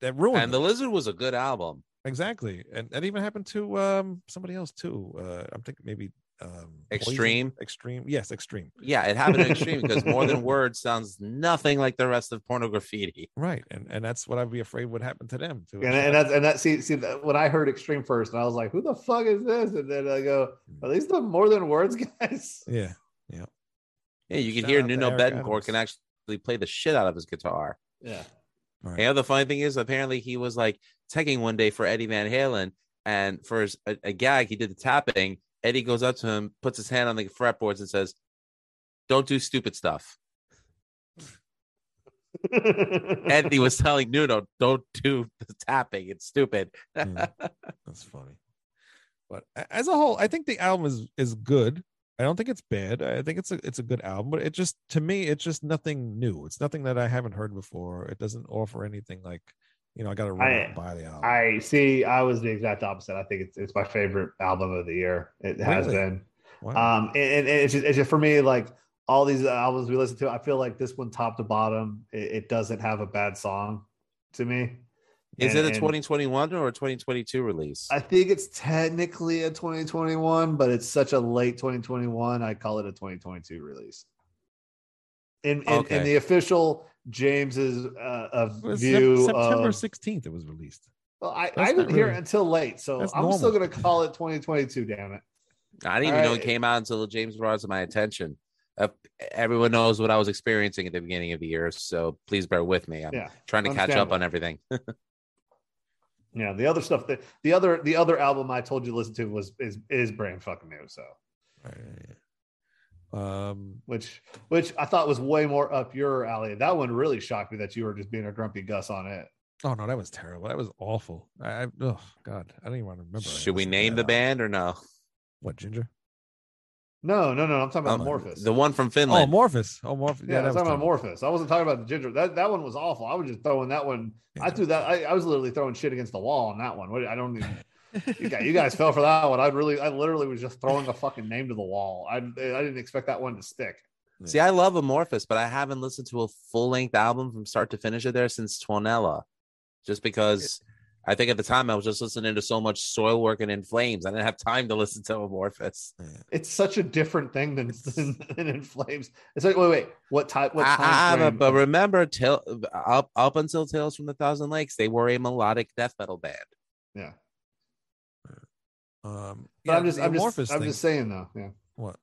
[SPEAKER 2] that ruined
[SPEAKER 1] And the Lizard was a good album.
[SPEAKER 2] it. exactly. And that even happened to um somebody else too. Uh I'm thinking maybe um Poison?
[SPEAKER 1] Extreme?
[SPEAKER 2] extreme, yes, extreme,
[SPEAKER 1] Yeah, it happened to Extreme because More Than Words sounds nothing like the rest of Porno Graffiti.
[SPEAKER 2] right. And and that's what I'd be afraid would happen to them too.
[SPEAKER 3] and, and that's and that see see that, when I heard extreme first, and I was like, "Who the fuck is this?" And then I go, "Are these the more than words guys?"
[SPEAKER 2] yeah,
[SPEAKER 1] Yeah, you can
[SPEAKER 2] Shout
[SPEAKER 1] hear
[SPEAKER 2] out to
[SPEAKER 1] Nuno
[SPEAKER 2] Eric
[SPEAKER 1] Betancourt can
[SPEAKER 2] Adams.
[SPEAKER 1] actually play the shit out of his guitar.
[SPEAKER 3] Yeah,
[SPEAKER 1] You know, the funny thing is, apparently he was like teching one day for Eddie Van Halen, and for his, a, a gag, he did the tapping. Eddie goes up to him, puts his hand on the fretboards, and says, "Don't do stupid stuff." Andy was telling Nuno, don't do the tapping. It's stupid.
[SPEAKER 2] Mm. That's funny. But a- as a whole, I think the album is is good. I don't think it's bad. I think it's a it's a good album, but it just to me it's just nothing new. It's nothing that I haven't heard before. It doesn't offer anything like, you know, I got to run out
[SPEAKER 3] I-
[SPEAKER 2] and buy the album.
[SPEAKER 3] I see. I was the exact opposite. I think it's, it's my favorite album of the year. It has
[SPEAKER 2] Really?
[SPEAKER 3] been.
[SPEAKER 2] Wow.
[SPEAKER 3] Um, and, and it's, just, it's just for me, like all these albums we listen to, I feel like this one, top to bottom, it, it doesn't have a bad song to me.
[SPEAKER 1] Is
[SPEAKER 3] And-
[SPEAKER 1] it a
[SPEAKER 3] and
[SPEAKER 1] 2021 or a 2022 release?
[SPEAKER 3] I think it's technically a 2021, but it's such a late 2021. I call it a 2022 release. In in,
[SPEAKER 1] Okay.
[SPEAKER 3] in the official James's uh,
[SPEAKER 2] It
[SPEAKER 3] of
[SPEAKER 2] was
[SPEAKER 3] view uh,
[SPEAKER 2] Sep- September
[SPEAKER 3] of-
[SPEAKER 2] 16th it was released.
[SPEAKER 3] Well, I,
[SPEAKER 2] That's
[SPEAKER 3] I didn't
[SPEAKER 2] not
[SPEAKER 3] hear
[SPEAKER 2] really-
[SPEAKER 3] it until late, so I'm
[SPEAKER 2] that's
[SPEAKER 3] still
[SPEAKER 2] normal.
[SPEAKER 3] going to call it 2022. Damn it!
[SPEAKER 1] I didn't even know it
[SPEAKER 3] I-
[SPEAKER 1] came out until James brought it to my attention. Uh, everyone knows what I was experiencing at the beginning of the year, so please bear with me. I'm
[SPEAKER 3] Yeah,
[SPEAKER 1] trying to catch up
[SPEAKER 3] understandable.
[SPEAKER 1] on everything.
[SPEAKER 3] yeah. The other stuff, the, the other the other album I told you to listen to was is is brand fucking new. So
[SPEAKER 2] Right, right, right. Um
[SPEAKER 3] which which I thought was way more up your alley. That one really shocked me that you were just being a grumpy Gus on it.
[SPEAKER 2] oh no, that was terrible. That was awful. I, I oh god, I don't even want to remember. I
[SPEAKER 1] Should we
[SPEAKER 2] listened to
[SPEAKER 1] name
[SPEAKER 2] that
[SPEAKER 1] the
[SPEAKER 2] album.
[SPEAKER 1] band or no?
[SPEAKER 2] What Ginger?
[SPEAKER 3] No, no, no. I'm talking about
[SPEAKER 1] Um,
[SPEAKER 3] Morphus.
[SPEAKER 1] The one from
[SPEAKER 2] Oh,
[SPEAKER 1] Finland.
[SPEAKER 2] Morphus. Oh, Morphus.
[SPEAKER 3] yeah,
[SPEAKER 2] Yeah,
[SPEAKER 3] I was
[SPEAKER 2] that was
[SPEAKER 3] talking about
[SPEAKER 2] terrible.
[SPEAKER 3] Morphus. I wasn't talking about the ginger. That that one was awful. I was just throwing that one. I
[SPEAKER 2] Yeah.
[SPEAKER 3] threw that. I, I was literally throwing shit against the wall on that one. What- I don't even. you guys, you guys fell for that one. I really, I literally was just throwing a fucking name to the wall. I, I didn't expect that one to stick.
[SPEAKER 1] See, I love Amorphous, but I haven't listened to a full length album from start to finish of there since Tonella, just because I think at the time I was just listening to so much soil work and in flames. I didn't have time to listen to Amorphous.
[SPEAKER 3] It's such a different thing than than, than in flames. It's like, wait, wait, what type? What
[SPEAKER 1] I-
[SPEAKER 3] time
[SPEAKER 1] I- I-
[SPEAKER 3] frame
[SPEAKER 1] but
[SPEAKER 3] of-
[SPEAKER 1] remember, till, up up until Tales from the Thousand Lakes, they were a melodic death metal band.
[SPEAKER 3] yeah.
[SPEAKER 2] Um,
[SPEAKER 3] But
[SPEAKER 2] yeah,
[SPEAKER 3] I'm just,
[SPEAKER 2] the
[SPEAKER 3] I'm
[SPEAKER 2] Amorphous
[SPEAKER 3] just, I'm
[SPEAKER 2] thing-
[SPEAKER 3] just saying though. Yeah.
[SPEAKER 2] What?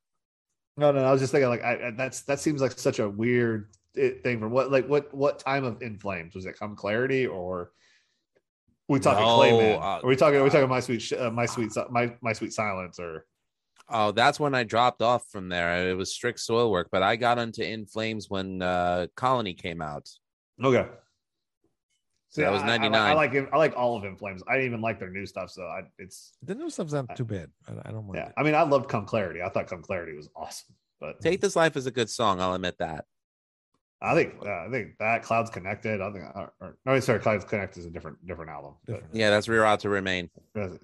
[SPEAKER 3] No, no, I was just thinking like, I, I, that's that seems like such a weird eh, thing. From what, like, what, what time of in flames was it? Come clarity or? We talking
[SPEAKER 1] No,
[SPEAKER 3] Clayman?
[SPEAKER 1] uh,
[SPEAKER 3] are we talking? Are we talking my sweet, Sh- uh, my sweet, Si- my my sweet silence? Or
[SPEAKER 1] Oh, that's when I dropped off from there. It was strict soil work, but I got into In Flames when uh, Colony came out.
[SPEAKER 3] okay,
[SPEAKER 1] So that was
[SPEAKER 3] I- I- I
[SPEAKER 1] ninety
[SPEAKER 3] like-
[SPEAKER 1] nine.
[SPEAKER 3] I, like I like all of In Flames. I didn't even like their new stuff, so I it's
[SPEAKER 2] The new stuff's not too bad. I, I don't mind.
[SPEAKER 3] yeah.
[SPEAKER 2] it.
[SPEAKER 3] I mean, I loved Come Clarity. I thought Come Clarity was awesome, but
[SPEAKER 1] Take This Life is a good song. I'll admit that.
[SPEAKER 3] I think yeah, I think that Clouds Connected. I think uh, or, or, no, sorry, Clouds Connected is a different different album. But,
[SPEAKER 2] Different.
[SPEAKER 1] Yeah, that's Rear Out to Remain.
[SPEAKER 3] yeah,
[SPEAKER 2] No,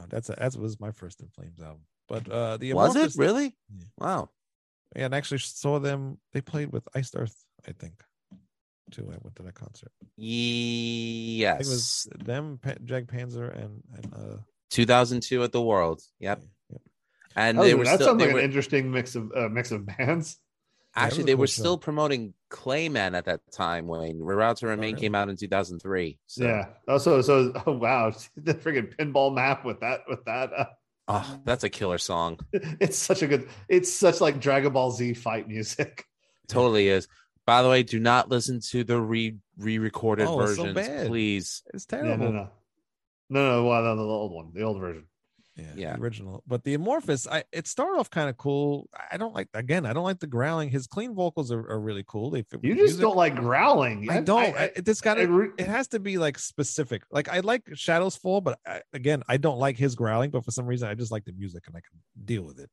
[SPEAKER 2] Uh, that's a, that was my first In Flames album. But uh, the
[SPEAKER 1] was it
[SPEAKER 2] Amorphous-
[SPEAKER 1] really?
[SPEAKER 2] Yeah.
[SPEAKER 1] Wow.
[SPEAKER 2] Yeah, and actually saw them. They played with Iced Earth, I think. Too. I went to that concert. I think
[SPEAKER 1] Yes.
[SPEAKER 2] it was them, pa- Jag Panzer, and and uh.
[SPEAKER 1] two thousand two at the World. Yep.
[SPEAKER 2] yeah.
[SPEAKER 1] And
[SPEAKER 3] That
[SPEAKER 1] they
[SPEAKER 3] was-
[SPEAKER 1] were
[SPEAKER 3] Oh, that
[SPEAKER 1] still
[SPEAKER 3] sounds
[SPEAKER 1] they
[SPEAKER 3] like
[SPEAKER 1] were-
[SPEAKER 3] an interesting mix of uh, mix of bands.
[SPEAKER 2] was
[SPEAKER 1] actually
[SPEAKER 2] a
[SPEAKER 1] they
[SPEAKER 2] cool
[SPEAKER 1] were
[SPEAKER 2] show.
[SPEAKER 1] still promoting Clayman at that time. Wayne Rear Out to Remain
[SPEAKER 2] really?
[SPEAKER 1] came out in two thousand three. So.
[SPEAKER 3] Yeah. Oh, so so oh, wow, the freaking pinball map with that with that. Uh,
[SPEAKER 1] Oh, that's a killer song.
[SPEAKER 3] it's such a good. It's such like Dragon Ball Z fight music.
[SPEAKER 1] Totally is. By the way, do not listen to the re re recorded
[SPEAKER 2] Oh, it's so
[SPEAKER 1] versions,
[SPEAKER 2] bad.
[SPEAKER 1] please.
[SPEAKER 2] It's
[SPEAKER 3] No,
[SPEAKER 2] terrible.
[SPEAKER 3] no, no, no, no. Well, no, the old one, the old version.
[SPEAKER 2] Yeah,
[SPEAKER 1] Yeah.
[SPEAKER 2] The original. But the amorphous, I it started off kind of cool. I- I don't like again, I don't like the growling. His clean vocals are, are really cool. They fit with
[SPEAKER 3] You
[SPEAKER 2] the
[SPEAKER 3] just
[SPEAKER 2] music.
[SPEAKER 3] don't like growling.
[SPEAKER 2] I don't. I,
[SPEAKER 3] I,
[SPEAKER 2] this got
[SPEAKER 3] I
[SPEAKER 2] to
[SPEAKER 3] re-
[SPEAKER 2] it has to be like specific. Like I like Shadows Fall, but I, again, I don't like his growling. But for some reason, I just like the music and I can deal with it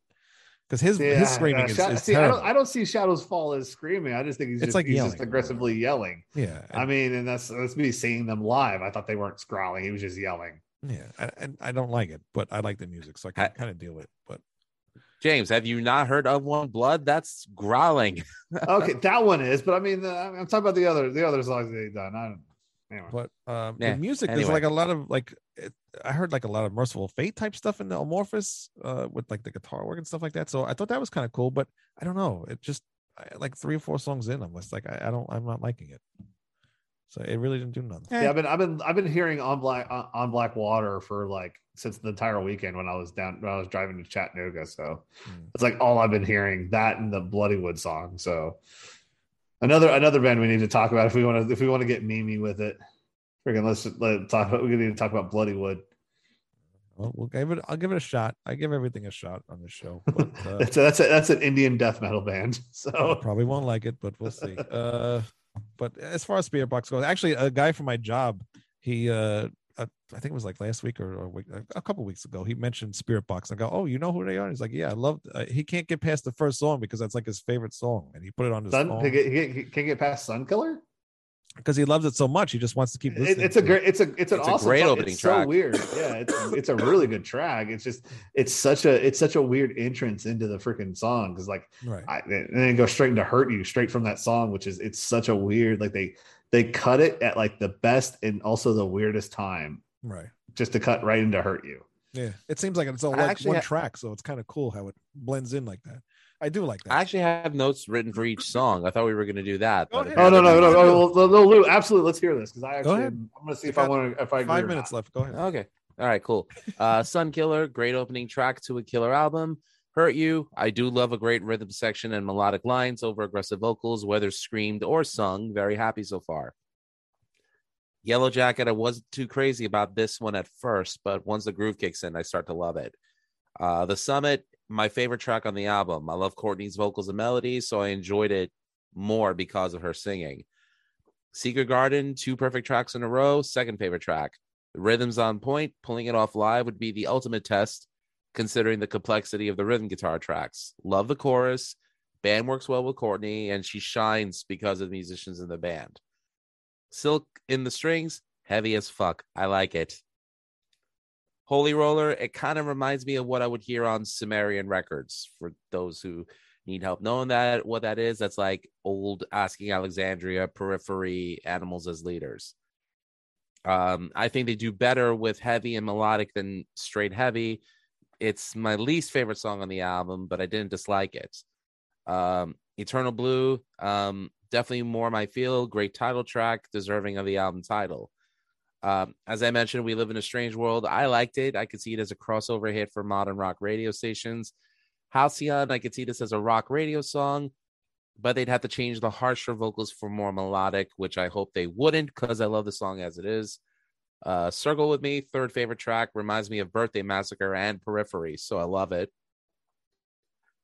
[SPEAKER 2] because his
[SPEAKER 3] yeah,
[SPEAKER 2] his screaming
[SPEAKER 3] yeah,
[SPEAKER 2] is,
[SPEAKER 3] Sha-
[SPEAKER 2] is
[SPEAKER 3] see, I
[SPEAKER 2] terrible.
[SPEAKER 3] don't. I don't see Shadows Fall as screaming. I just think he's
[SPEAKER 2] It's
[SPEAKER 3] just,
[SPEAKER 2] like
[SPEAKER 3] he's just
[SPEAKER 2] yelling.
[SPEAKER 3] aggressively yelling.
[SPEAKER 2] yeah,
[SPEAKER 3] I mean, and that's that's me seeing them live. I thought they weren't growling. He was just yelling.
[SPEAKER 2] and- yeah, I- and I don't like it, but I like the music, so I can
[SPEAKER 1] I-
[SPEAKER 2] kind of deal with it. But
[SPEAKER 1] James, have you not heard of One Blood? That's growling.
[SPEAKER 3] Okay, that one is. But I mean, the, I'm talking about the other the other songs they've done. I don't. Anyway.
[SPEAKER 2] but um,
[SPEAKER 1] Yeah,
[SPEAKER 2] the music there's
[SPEAKER 1] anyway.
[SPEAKER 2] like a lot of like it, I heard like a lot of merciful fate type stuff in the amorphous uh, with like the guitar work and stuff like that. So I thought that was kind of cool, but I don't know. It just I, like three or four songs in, I'm just like I, I don't I'm not liking it. So it really didn't do nothing.
[SPEAKER 3] Yeah, I've been I've been I've been hearing on black on on black water for like since the entire weekend when I was down when I was driving to Chattanooga. So
[SPEAKER 2] Mm.
[SPEAKER 3] it's like all I've been hearing that and the Bloodywood song. So another another band we need to talk about if we want to if we want to get Mimi with it. Freaking let's let talk about we need to talk about Bloodywood.
[SPEAKER 2] Well, we'll give it. I'll give it a shot. I give everything a shot on this show. But, uh,
[SPEAKER 3] that's a, that's a, that's an Indian death metal band.
[SPEAKER 2] I
[SPEAKER 3] So
[SPEAKER 2] probably won't like it, but we'll see. Uh, But as far as spirit box goes, actually, a guy from my job, he, uh, uh, I think it was like last week or, or a week, a couple weeks ago, he mentioned spirit box. I go, oh, you know who they are? He's like, yeah, I love. Uh, he can't get past the first song because that's like his favorite song, and he put it on his
[SPEAKER 3] Sun,
[SPEAKER 2] phone
[SPEAKER 3] can, get, can get- can get past Sun Killer.
[SPEAKER 2] because he loves it so much. He just wants to keep
[SPEAKER 3] It,
[SPEAKER 2] listening.
[SPEAKER 3] it's a
[SPEAKER 2] to it.
[SPEAKER 3] great, it's a, it's an
[SPEAKER 1] It's a
[SPEAKER 3] awesome,
[SPEAKER 1] great
[SPEAKER 3] song.
[SPEAKER 1] opening
[SPEAKER 3] it's
[SPEAKER 1] track.
[SPEAKER 3] So weird, yeah. It's it's a really good track. It's just, it's such a, it's such a weird entrance into the freaking song because like
[SPEAKER 2] right.
[SPEAKER 3] I, and then it goes straight into hurt you straight from that song which is it's such a weird like they they cut it at like the best and also the weirdest time
[SPEAKER 2] Right.
[SPEAKER 3] just to cut right into hurt you
[SPEAKER 2] Yeah. It seems like it's all
[SPEAKER 1] I
[SPEAKER 2] like
[SPEAKER 1] actually
[SPEAKER 2] one
[SPEAKER 1] ha-
[SPEAKER 2] track, so it's kind of cool how it blends in like that. I do like that.
[SPEAKER 1] I actually have notes written for each song. I thought we were going to do that.
[SPEAKER 2] Go
[SPEAKER 1] but
[SPEAKER 2] ahead.
[SPEAKER 3] oh no no no
[SPEAKER 2] Yeah.
[SPEAKER 3] no, no, no lou absolutely let's hear this because i actually
[SPEAKER 2] ahead.
[SPEAKER 3] am- i'm gonna see
[SPEAKER 2] You
[SPEAKER 3] if i
[SPEAKER 2] got
[SPEAKER 3] want to if i agree
[SPEAKER 2] Five
[SPEAKER 3] or
[SPEAKER 2] minutes
[SPEAKER 3] not.
[SPEAKER 2] left. Go ahead.
[SPEAKER 1] Okay. All right, cool. Uh Sun Killer, great opening track to a killer album. Hurt You. I do love a great rhythm section and melodic lines over aggressive vocals, whether screamed or sung. Very happy so far. Yellow Jacket, I wasn't too crazy about this one at first, but once the groove kicks in, I start to love it. Uh The Summit, my favorite track on the album. I love Courtney's vocals and melodies, so I enjoyed it more because of her singing. Secret Garden, two perfect tracks in a row, second favorite track. The rhythm's on point. Pulling it off live would be the ultimate test, considering the complexity of the rhythm guitar tracks. Love the chorus. Band works well with Courtney, and she shines because of the musicians in the band. Silk in the strings, heavy as fuck. I like it. Holy Roller, it kind of reminds me of what I would hear on Sumerian Records. For those who need help knowing that what that is, that's like old Asking Alexandria, Periphery, Animals as Leaders. Um, I think they do better with heavy and melodic than straight heavy. It's my least favorite song on the album, but I didn't dislike it. Um, Eternal Blue, um, definitely more my feel. Great title track, deserving of the album title. Um, as I mentioned, we live in a strange world. I liked it. I could see it as a crossover hit for modern rock radio stations. Halcyon, I could see this as a rock radio song, but they'd have to change the harsher vocals for more melodic, which I hope they wouldn't because I love the song as it is. Uh, Circle with Me, third favorite track, reminds me of Birthday Massacre and Periphery, so I love it.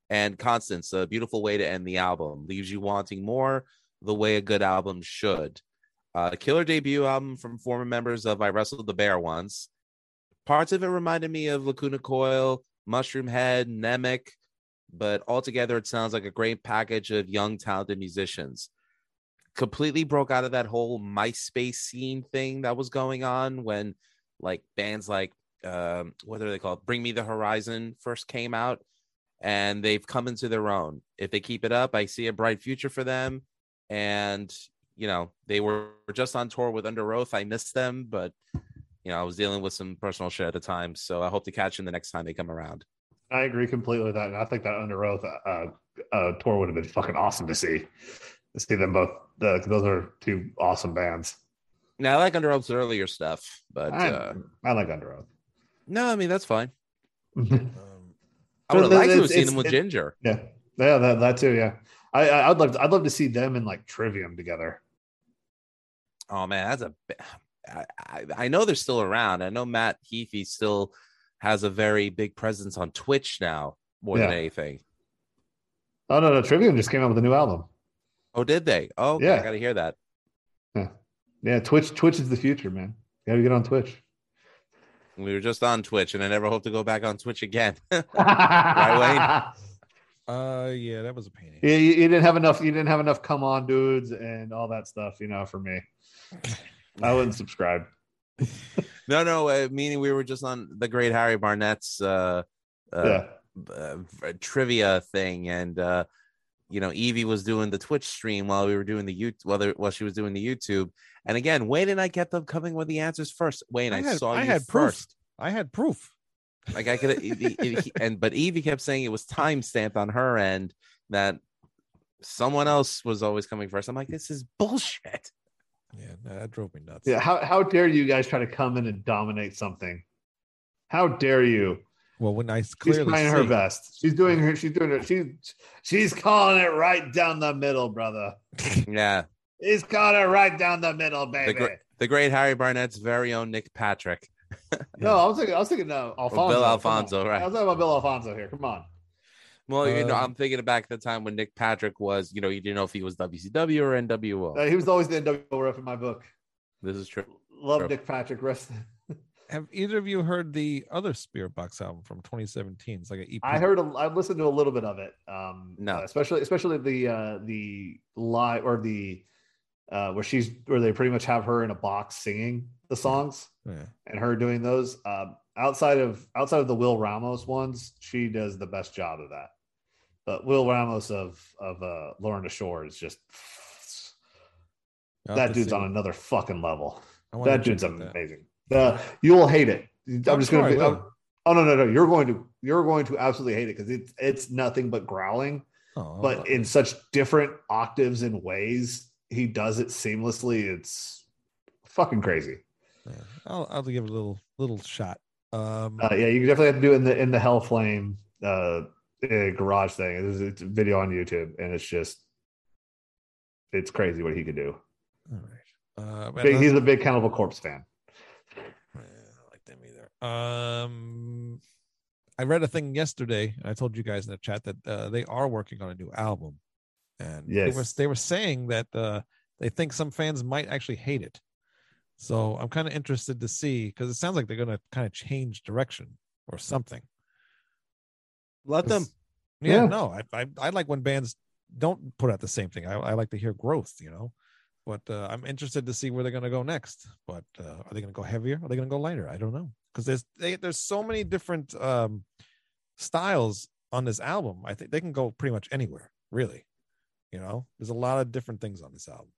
[SPEAKER 1] And Constance, a beautiful way to end the album, leaves you wanting more the way a good album should. Uh, killer debut album from former members of I Wrestled the Bear Once. Parts of it reminded me of Lacuna Coil, Mushroom Head, Nemec, but altogether it sounds like a great package of young, talented musicians. Completely broke out of that whole MySpace scene thing that was going on when, like, bands like, um, what are they called? Bring Me the Horizon first came out, and they've come into their own. If they keep it up, I see a bright future for them. And, you know, they were just on tour with Under Oath. I missed them, but, you know, I was dealing with some personal shit at the time. So I hope to catch them the next time they come around.
[SPEAKER 3] i agree completely with that and i think that under oath uh, uh tour would have been fucking awesome to see to see them both the, those are two awesome bands
[SPEAKER 1] Now I like Under Oath's earlier stuff, but
[SPEAKER 3] I,
[SPEAKER 1] uh,
[SPEAKER 3] I like under
[SPEAKER 1] no, I mean that's fine.
[SPEAKER 3] oath
[SPEAKER 2] Um,
[SPEAKER 1] I
[SPEAKER 3] So
[SPEAKER 1] would have liked to have
[SPEAKER 3] it's-
[SPEAKER 1] seen
[SPEAKER 3] it's-
[SPEAKER 1] them with
[SPEAKER 3] it-
[SPEAKER 1] Ginger.
[SPEAKER 3] Yeah, yeah, that, that too. Yeah, I, I I'd love to, I'd love to see them in like Trivium together.
[SPEAKER 1] Oh man, that's a. b- I, I, I know they're still around. I know Matt Heafy still has a very big presence on Twitch now, more than
[SPEAKER 3] Yeah.
[SPEAKER 1] anything.
[SPEAKER 3] Oh no, no, Trivium just came out with a new album.
[SPEAKER 1] Oh, did they? Oh, okay, I
[SPEAKER 3] Yeah.
[SPEAKER 1] gotta hear that.
[SPEAKER 3] Yeah, Twitch Twitch is the future, man. You gotta get on Twitch.
[SPEAKER 1] We were just on Twitch, and I never hope to go back on Twitch again.
[SPEAKER 3] right,
[SPEAKER 2] uh, yeah, that was a pain. in the
[SPEAKER 3] You, you- you didn't have enough. You didn't have enough. Come on, dudes, and all that stuff. You know, for me, I wouldn't subscribe.
[SPEAKER 1] no, no, uh, meaning we were just on the Great Harry Barnett's uh, uh,
[SPEAKER 3] yeah,
[SPEAKER 1] uh, v- trivia thing and uh you know evie was doing the twitch stream while we were doing the you while, they- while she was doing the youtube and again wayne and i kept them coming with the answers first wayne i,
[SPEAKER 2] I had-
[SPEAKER 1] saw
[SPEAKER 2] I
[SPEAKER 1] you
[SPEAKER 2] had proof.
[SPEAKER 1] first
[SPEAKER 2] I had proof.
[SPEAKER 1] like i could it- it- it- he- and but evie kept saying it was time stamped on her end that someone else was always coming first i'm like this is bullshit
[SPEAKER 2] Yeah, no, that drove me nuts.
[SPEAKER 3] yeah. How how dare you guys try to come in and dominate something? How dare you?
[SPEAKER 2] Well, when I
[SPEAKER 3] She's
[SPEAKER 2] clearly
[SPEAKER 3] trying her
[SPEAKER 2] see-
[SPEAKER 3] best. She's doing her. She's doing her. She's she's calling it right down the middle, brother.
[SPEAKER 1] yeah
[SPEAKER 3] He's caught it right down the middle, baby.
[SPEAKER 1] gr- the great harry barnett's very own nick patrick
[SPEAKER 3] no, I was thinking, I was thinking, no, Alfonso.
[SPEAKER 1] Bill
[SPEAKER 3] come on.
[SPEAKER 1] Alfonso, right.
[SPEAKER 3] I was talking about Bill Alfonso here. Come on.
[SPEAKER 1] Well, you know,
[SPEAKER 2] Uh,
[SPEAKER 1] I'm thinking back at the time when Nick Patrick was, you know, you didn't know if he was WCW or NWO.
[SPEAKER 3] Uh, he was always the NWO in my book.
[SPEAKER 1] this is true.
[SPEAKER 3] Love
[SPEAKER 1] Sure.
[SPEAKER 3] Nick Patrick. Rest.
[SPEAKER 2] Have either of you heard the other Spirit Box album from 2017? It's like an E EP.
[SPEAKER 3] I heard. A, I listened to a little bit of it. Um,
[SPEAKER 1] No.
[SPEAKER 3] especially especially the uh, the live or the uh, where she's where they pretty much have her in a box singing the songs
[SPEAKER 2] Yeah.
[SPEAKER 3] and her doing those. Um, outside of outside of the Will Ramos ones, she does the best job of that. But Will Ramos of of uh, Lorna Shore is just
[SPEAKER 2] I'll have
[SPEAKER 3] that
[SPEAKER 2] to
[SPEAKER 3] dude's
[SPEAKER 2] see
[SPEAKER 3] on
[SPEAKER 2] what-
[SPEAKER 3] another fucking level.
[SPEAKER 2] I wanna
[SPEAKER 3] That dude's
[SPEAKER 2] check out that.
[SPEAKER 3] amazing. The you'll hate it. I'm
[SPEAKER 2] I'm
[SPEAKER 3] just
[SPEAKER 2] sure
[SPEAKER 3] gonna.
[SPEAKER 2] I
[SPEAKER 3] Be,
[SPEAKER 2] will.
[SPEAKER 3] oh, oh, no no no! You're going to you're going to absolutely hate it because it's it's nothing but growling,
[SPEAKER 2] Oh,
[SPEAKER 3] but in such different octaves and ways. He does it seamlessly. It's fucking crazy.
[SPEAKER 2] yeah. I'll, I'll give it a little little shot. Um,
[SPEAKER 3] Uh, yeah, you definitely have to do it in the in the Hell Flame uh, eh, garage thing. It's, it's a video on YouTube, and it's just it's crazy what he could do.
[SPEAKER 2] all right. Uh, but
[SPEAKER 3] Big,
[SPEAKER 2] other-
[SPEAKER 3] he's a big Cannibal Corpse fan.
[SPEAKER 2] Yeah, I don't like them either. Um, I read a thing yesterday, and I told you guys in the chat that uh, they are working on a new album, and they were
[SPEAKER 3] Yes.
[SPEAKER 2] they were saying that uh, they think some fans might actually hate it. So I'm kind of interested to see because it sounds like they're going to kind of change direction or something.
[SPEAKER 1] Let them.
[SPEAKER 2] Yeah,
[SPEAKER 3] Yeah.
[SPEAKER 2] no, I, I I like when bands don't put out the same thing. I, I like to hear growth, you know. But uh, I'm interested to see where they're going to go next. But uh, are they going to go heavier? Are they going to go lighter? I don't know because there's they, there's so many different um, styles on this album. I think they can go pretty much anywhere, really. You know, there's a lot of different things on this album.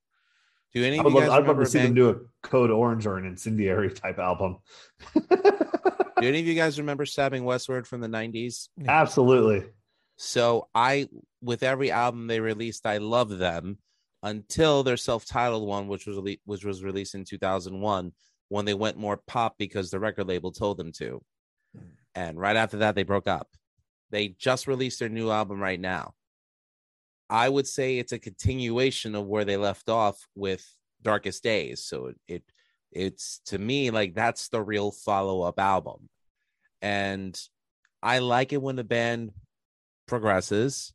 [SPEAKER 1] Do any
[SPEAKER 3] I
[SPEAKER 1] of
[SPEAKER 3] would
[SPEAKER 1] you guys
[SPEAKER 3] love, I'd love
[SPEAKER 1] remember
[SPEAKER 3] to
[SPEAKER 1] a
[SPEAKER 3] see
[SPEAKER 1] band?
[SPEAKER 3] them do a Code Orange or an Incendiary type album.
[SPEAKER 1] Do any of you guys remember Stabbing Westward from the 90s?
[SPEAKER 3] Absolutely.
[SPEAKER 1] So I, with every album they released, I love them until their self-titled one, which was rele- which was released in 2001, when they went more pop because the record label told them to. And right after that, they broke up. They just released their new album right now. I would say it's a continuation of where they left off with Darkest Days. So it, it it's to me like that's the real follow-up album. And I like it when the band progresses.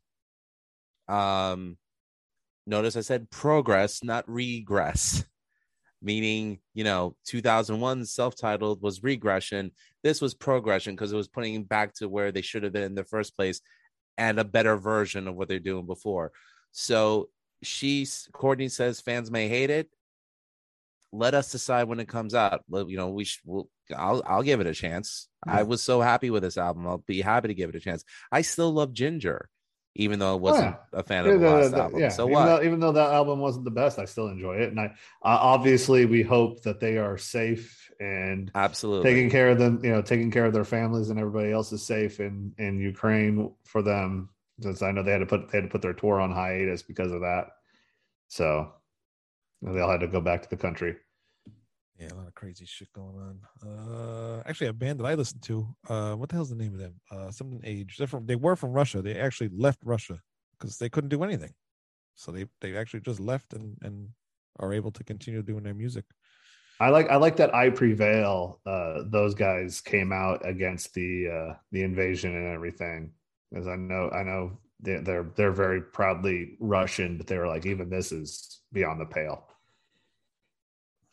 [SPEAKER 1] Um, notice I said progress, not regress, meaning, you know, 2001 self titled was regression. This was progression because it was putting back to where they should have been in the first place and a better version of what they're doing before. So she, Courtney says fans may hate it. Let us decide when it comes out. Let- You know, we should. We'll, I'll I'll give it a chance. I
[SPEAKER 2] Yeah.
[SPEAKER 1] was so happy with this album. I'll be happy to give it a chance. I still love Ginger, even though I wasn't a fan of the
[SPEAKER 3] Yeah,
[SPEAKER 1] last
[SPEAKER 3] the- the-
[SPEAKER 1] album.
[SPEAKER 3] yeah.
[SPEAKER 1] So
[SPEAKER 3] even
[SPEAKER 1] what?
[SPEAKER 3] Though, even though that album wasn't the best, I still enjoy it, and I uh, obviously we hope that they are safe and
[SPEAKER 1] Absolutely.
[SPEAKER 3] taking care of them. You know, taking care of their families and everybody else is safe in in Ukraine for them. Since I know they had to put they had to put their tour on hiatus because of that, so they all had to go back to the country.
[SPEAKER 2] Yeah, a lot of crazy shit going on. Uh, actually, a band that I listen to, uh, what the hell's the name of them? Uh, something Age. They're from. They were from Russia. They actually left Russia because they couldn't do anything. So they they actually just left and and are able to continue doing their music.
[SPEAKER 3] I like I like that I prevail. Uh, those guys came out against the uh, the invasion and everything, because I know I know they're, they're they're very proudly Russian, but they were like even this is beyond the pale.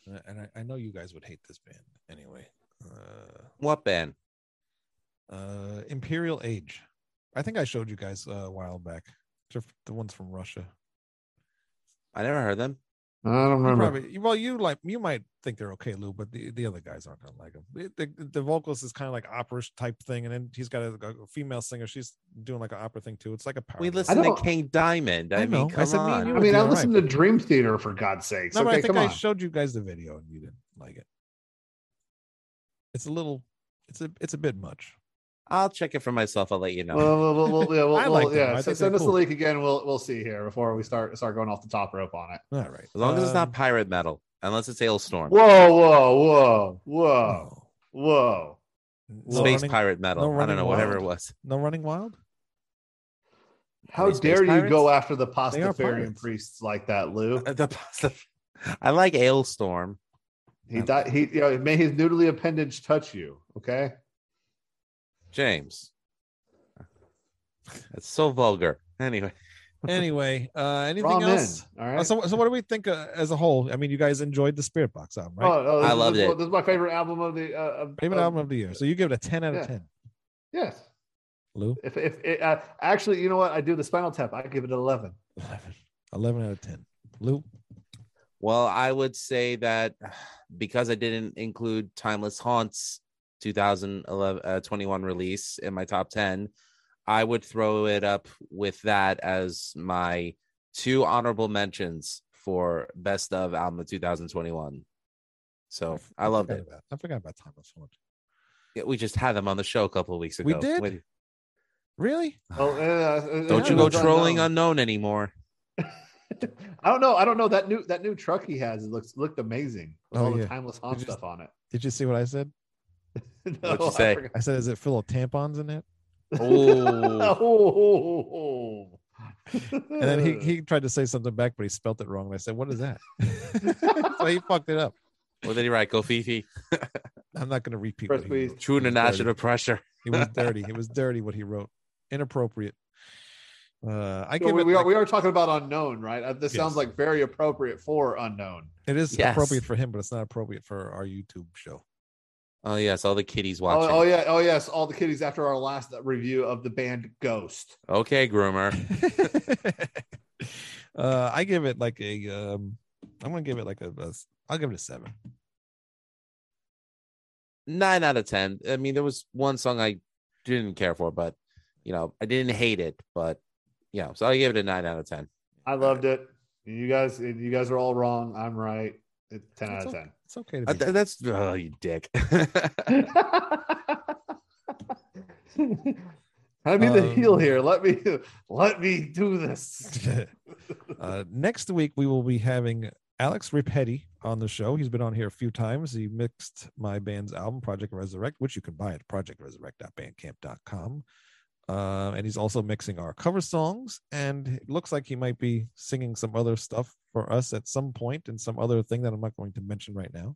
[SPEAKER 2] Uh, And I, I know you guys would hate this band anyway. Uh,
[SPEAKER 1] What band?
[SPEAKER 2] uh, Imperial Age. I think I showed you guys uh, a while back. They're f- the ones from Russia.
[SPEAKER 1] I never heard them.
[SPEAKER 3] I don't
[SPEAKER 2] You
[SPEAKER 3] remember.
[SPEAKER 2] probably well, you like you might think they're okay, Lou, but the, the other guys aren't gonna like them. The, the, the vocalist is kind of like opera type thing, and then he's got a, a female singer. She's doing like an opera thing too. It's like a power.
[SPEAKER 1] We
[SPEAKER 2] ballad.
[SPEAKER 1] listened to
[SPEAKER 3] don't-
[SPEAKER 1] King Diamond. I,
[SPEAKER 2] I know.
[SPEAKER 1] mean,
[SPEAKER 2] I
[SPEAKER 1] come
[SPEAKER 2] said me and
[SPEAKER 1] on.
[SPEAKER 2] you
[SPEAKER 3] I mean, I
[SPEAKER 2] Alright.
[SPEAKER 3] listened to Dream Theater for God's sakes.
[SPEAKER 2] No, but I
[SPEAKER 3] okay,
[SPEAKER 2] think
[SPEAKER 3] come
[SPEAKER 2] I
[SPEAKER 3] on.
[SPEAKER 2] showed you guys the video, and you didn't like it. It's a little, it's a, it's a bit much.
[SPEAKER 1] I'll check it for myself. I'll let you know.
[SPEAKER 3] Well, well, well, well, yeah,
[SPEAKER 2] I
[SPEAKER 3] well,
[SPEAKER 2] like
[SPEAKER 3] well,
[SPEAKER 2] them. I
[SPEAKER 3] yeah.
[SPEAKER 2] think
[SPEAKER 3] So
[SPEAKER 2] they're
[SPEAKER 3] send us
[SPEAKER 2] cool.
[SPEAKER 3] the link again. We'll we'll see here before we start start going off the top rope on it.
[SPEAKER 2] All right,
[SPEAKER 1] as long as it's not
[SPEAKER 2] um,
[SPEAKER 1] pirate metal, unless it's Hailstorm,
[SPEAKER 3] Whoa, whoa, whoa, whoa, whoa.
[SPEAKER 2] oh. no
[SPEAKER 1] space
[SPEAKER 2] running,
[SPEAKER 1] pirate metal.
[SPEAKER 2] no
[SPEAKER 1] I don't
[SPEAKER 2] running
[SPEAKER 1] know, whatever
[SPEAKER 2] wild.
[SPEAKER 1] it was.
[SPEAKER 2] No running wild.
[SPEAKER 3] How
[SPEAKER 1] Are they space
[SPEAKER 3] dare you
[SPEAKER 1] pirates?
[SPEAKER 3] go after the
[SPEAKER 2] They are
[SPEAKER 3] Pastafarian
[SPEAKER 2] pirates.
[SPEAKER 3] priests like that, Lou?
[SPEAKER 1] Uh, the- I like Hailstorm.
[SPEAKER 3] He thought he, you know, may his noodly appendage touch you. Okay.
[SPEAKER 1] James, That's so vulgar. Anyway,
[SPEAKER 2] Anyway, uh, anything
[SPEAKER 3] Raw men,
[SPEAKER 2] else?
[SPEAKER 3] All
[SPEAKER 2] Uh,
[SPEAKER 3] right.
[SPEAKER 2] So, so what do we think uh, as a whole? I mean, you guys enjoyed the Spirit Box album, right?
[SPEAKER 3] Oh, oh, this
[SPEAKER 1] I
[SPEAKER 3] is-
[SPEAKER 1] loved
[SPEAKER 3] this, is-
[SPEAKER 1] it.
[SPEAKER 3] This is my favorite album of the. Uh, of-
[SPEAKER 2] Favorite
[SPEAKER 3] of-
[SPEAKER 2] album of the year. So you give it a ten out of
[SPEAKER 3] yeah.
[SPEAKER 2] ten,
[SPEAKER 3] Yes.
[SPEAKER 2] Lou.
[SPEAKER 3] If if it, uh, actually, you know what? I do the Spinal Tap. I give it an eleven.
[SPEAKER 2] 11. 11 out of ten, Lou.
[SPEAKER 1] well, I would say that because I didn't include Timeless Haunts 2011 uh, 21 release in my top 10, I would throw it up with that as my two honorable mentions for best of album of 2021. So
[SPEAKER 2] f-
[SPEAKER 1] Oh, I loved
[SPEAKER 2] forgot
[SPEAKER 1] it.
[SPEAKER 2] about- I forgot about Thomas Horn.
[SPEAKER 1] Yeah, We just had them on the show a couple of weeks ago.
[SPEAKER 2] We did?
[SPEAKER 1] When-
[SPEAKER 2] Really?
[SPEAKER 3] Oh, uh,
[SPEAKER 1] Don't
[SPEAKER 2] Yeah,
[SPEAKER 1] you
[SPEAKER 2] no,
[SPEAKER 1] go
[SPEAKER 2] no,
[SPEAKER 1] trolling unknown anymore.
[SPEAKER 3] I don't know. I don't know that new that new truck he has looks looked amazing with
[SPEAKER 2] Oh,
[SPEAKER 3] all
[SPEAKER 2] yeah.
[SPEAKER 3] the timeless haunt
[SPEAKER 2] just-
[SPEAKER 3] stuff on it.
[SPEAKER 2] Did you see what I said?
[SPEAKER 3] No,
[SPEAKER 1] What'd you
[SPEAKER 3] I
[SPEAKER 1] say?
[SPEAKER 3] forgot.
[SPEAKER 2] I said, is it full of tampons in it?
[SPEAKER 1] Oh,
[SPEAKER 3] Oh.
[SPEAKER 2] And then he, he tried to say something back, but he spelt it wrong. And I said, what is that? so he fucked it up.
[SPEAKER 1] what did he write? Go Fifi.
[SPEAKER 2] I'm not going to repeat.
[SPEAKER 3] Press
[SPEAKER 2] what he
[SPEAKER 3] please.
[SPEAKER 2] wrote.
[SPEAKER 1] True
[SPEAKER 2] It was
[SPEAKER 1] international pressure.
[SPEAKER 2] dirty. It was dirty. It was dirty what he wrote. Inappropriate. Uh, I
[SPEAKER 3] So
[SPEAKER 2] give
[SPEAKER 3] we,
[SPEAKER 2] it.
[SPEAKER 3] we are
[SPEAKER 2] like-
[SPEAKER 3] we are talking about unknown, right? Uh, This sounds
[SPEAKER 2] Yes.
[SPEAKER 3] like very appropriate for unknown.
[SPEAKER 2] it is
[SPEAKER 1] Yes.
[SPEAKER 2] appropriate for him, but it's not appropriate for our YouTube show.
[SPEAKER 1] Oh yes, all the kiddies
[SPEAKER 3] Oh,
[SPEAKER 1] watching.
[SPEAKER 3] oh yeah, oh yes, all the kiddies after our last review of the band Ghost.
[SPEAKER 1] Okay, groomer.
[SPEAKER 2] uh, I give it like a. Um, I'm gonna give it like a. a I'll give it a seven.
[SPEAKER 1] Nine out of ten. I mean, there was one song I didn't care for, but you know, I didn't hate it, but you know, so I gave it a nine out of ten.
[SPEAKER 3] I loved it. You guys, you guys are all wrong. I'm right. It's ten out
[SPEAKER 2] That's
[SPEAKER 3] of
[SPEAKER 2] okay.
[SPEAKER 3] ten.
[SPEAKER 2] It's okay to
[SPEAKER 1] Uh,
[SPEAKER 2] be.
[SPEAKER 1] th- that's oh, you dick.
[SPEAKER 3] I mean the
[SPEAKER 2] Um,
[SPEAKER 3] heel here. Let me let me do this.
[SPEAKER 2] uh, next week we will be having Alex Ripetti on the show. He's been on here a few times. He mixed my band's album Project Resurrect, which you can buy at projectresurrect.bandcamp.com. Uh, and he's also mixing our cover songs, and it looks like he might be singing some other stuff for us at some point and some other thing that I'm not going to mention right now.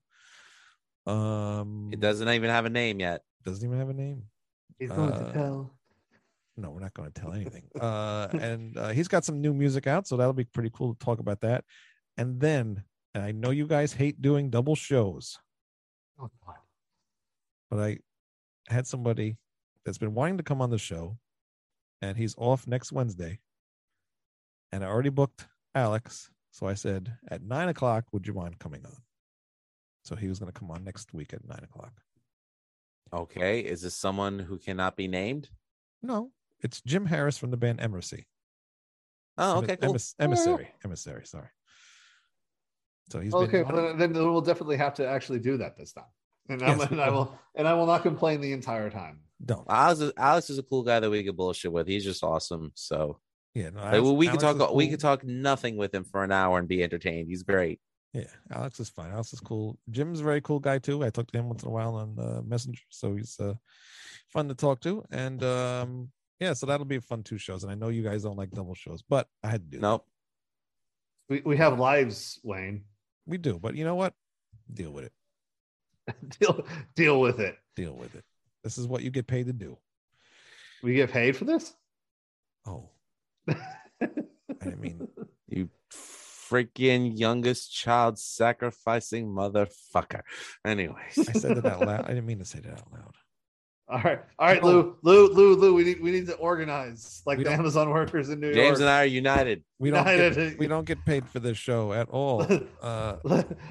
[SPEAKER 2] Um,
[SPEAKER 1] it doesn't even have a name yet.
[SPEAKER 2] doesn't even have a name.
[SPEAKER 3] He's going
[SPEAKER 2] Uh,
[SPEAKER 3] to tell.
[SPEAKER 2] no, we're not going to tell anything. Uh, and uh, he's got some new music out, so that'll be pretty cool to talk about that. And then and I know you guys hate doing double shows,
[SPEAKER 3] Oh, God.
[SPEAKER 2] but I had somebody that's been wanting to come on the show, and he's off next Wednesday, and I already booked Alex, so I said at nine o'clock, would you mind coming on? So he was going to come on next week at nine o'clock.
[SPEAKER 1] Okay, is this someone who cannot be named?
[SPEAKER 2] No, it's Jim Harris from the band Emercy.
[SPEAKER 1] Oh,
[SPEAKER 2] Emis-
[SPEAKER 1] okay, cool.
[SPEAKER 2] emis- emissary. Emissary. Sorry. So he's been-
[SPEAKER 3] Okay, well, then, then we'll definitely have to actually do that this time. And, I'm,
[SPEAKER 2] Yes, we
[SPEAKER 3] and I
[SPEAKER 2] will.
[SPEAKER 3] will and I will not complain the entire time.
[SPEAKER 2] don't.
[SPEAKER 1] Alex is, Alex is a cool guy that we could bullshit with. He's just awesome. So
[SPEAKER 2] Yeah. No,
[SPEAKER 1] Like, well, we could
[SPEAKER 2] Alex
[SPEAKER 1] talk.
[SPEAKER 2] is
[SPEAKER 1] We
[SPEAKER 2] cool.
[SPEAKER 1] could talk nothing with him for an hour and be entertained. He's great.
[SPEAKER 2] Yeah, Alex is fine. Alex is cool. Jim's a very cool guy too. I talk to him once in a while on uh, Messenger, so he's uh, fun to talk to. And um, yeah, so that'll be a fun two shows. And I know you guys don't like double shows, but I had to do.
[SPEAKER 1] Nope.
[SPEAKER 3] We we have lives, Wayne.
[SPEAKER 2] it. we do. But you know what? Deal with it.
[SPEAKER 3] Deal deal with it.
[SPEAKER 2] Deal with it. This is what you get paid to do.
[SPEAKER 3] We get paid for this.
[SPEAKER 2] Oh, I didn't mean
[SPEAKER 1] You freaking youngest child sacrificing motherfucker. Anyways,
[SPEAKER 2] I said that out loud. I didn't mean to say that out loud.
[SPEAKER 3] All right, all right,
[SPEAKER 2] No.
[SPEAKER 3] Lou, Lou, Lou, Lou. We need we need to organize like
[SPEAKER 2] We
[SPEAKER 3] the
[SPEAKER 2] don't-
[SPEAKER 3] Amazon workers in New
[SPEAKER 1] James and
[SPEAKER 3] York.
[SPEAKER 1] I are united.
[SPEAKER 2] We don't. Get,
[SPEAKER 3] United.
[SPEAKER 2] we don't get paid for this show at all. Uh,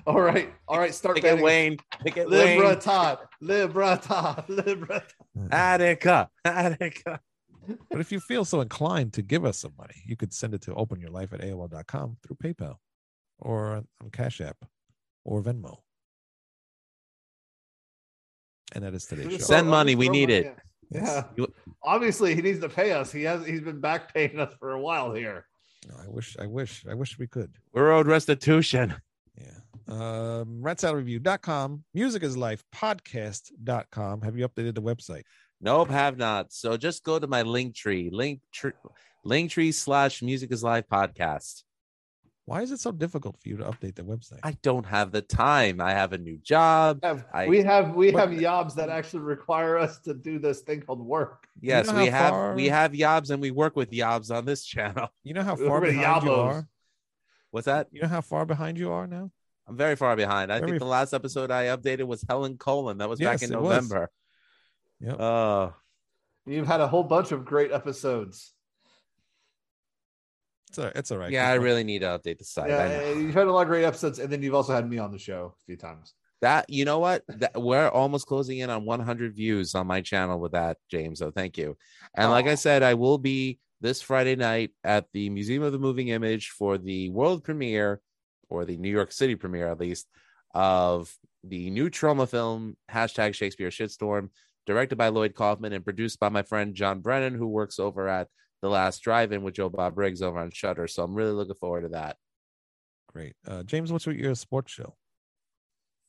[SPEAKER 3] all right, all right. Start
[SPEAKER 1] Pick at
[SPEAKER 3] betting.
[SPEAKER 1] Wayne. Pick at Wayne.
[SPEAKER 3] Libertad, Libertad, Libertad.
[SPEAKER 1] Ah. Attica. Attica.
[SPEAKER 2] But if you feel so inclined to give us some money, you could send it to openyourlife at AOL.com through PayPal or on Cash App or Venmo. And that is today's show.
[SPEAKER 1] Send- money, we need it.
[SPEAKER 3] Yeah.
[SPEAKER 1] You-
[SPEAKER 3] Obviously, he needs to pay us. He has. He's been back paying us for a while here.
[SPEAKER 2] No, I wish, I wish, I wish we could.
[SPEAKER 1] We're owed restitution.
[SPEAKER 2] Yeah. Um, ratsalaryreview.com, music is life, podcast.com. Have you updated the website?
[SPEAKER 1] Nope, have not. So just go to my link tree, link tree, link tree slash music is live podcast.
[SPEAKER 2] Why is it so difficult for you to update the website?
[SPEAKER 1] I don't have the time. I have a new job.
[SPEAKER 3] Have-
[SPEAKER 1] I-
[SPEAKER 3] we have we
[SPEAKER 2] But-
[SPEAKER 3] have jobs that actually require us to do this thing called work.
[SPEAKER 1] Yes,
[SPEAKER 2] know
[SPEAKER 1] we
[SPEAKER 2] how
[SPEAKER 1] have
[SPEAKER 2] far-
[SPEAKER 1] we have yobs and we work with yobs on this channel.
[SPEAKER 2] you know how
[SPEAKER 3] Look
[SPEAKER 2] far
[SPEAKER 3] at the
[SPEAKER 2] behind you
[SPEAKER 3] elbows.
[SPEAKER 2] are.
[SPEAKER 1] What's that?
[SPEAKER 2] You know how far behind you are now.
[SPEAKER 1] I'm very far behind. I
[SPEAKER 2] Very
[SPEAKER 1] think the last episode I updated was Helen Colin. That was back
[SPEAKER 2] Yes,
[SPEAKER 1] in
[SPEAKER 2] it was.
[SPEAKER 1] November.
[SPEAKER 2] Yep.
[SPEAKER 1] Oh,
[SPEAKER 3] You've had a whole bunch of great episodes.
[SPEAKER 2] It's all, it's all right.
[SPEAKER 1] yeah, I
[SPEAKER 2] Keep going.
[SPEAKER 1] really need to update the site. I
[SPEAKER 3] yeah,
[SPEAKER 1] know.
[SPEAKER 3] you've had a lot of great episodes, and then you've also had me on the show a few times.
[SPEAKER 1] That you know what? That, we're almost closing in on 100 views on my channel with that, James. So thank you. And like I
[SPEAKER 3] Aw.
[SPEAKER 1] said, I will be this Friday night at the Museum of the Moving Image for the world premiere, or the New York City premiere at least, of the new trauma film hashtag Shakespeare Shitstorm, directed by Lloyd Kaufman and produced by my friend John Brennan, who works over at The Last Drive-In with Joe Bob Briggs over on Shutter. So I'm really looking forward to that.
[SPEAKER 2] Great, uh, James. What's your sports show?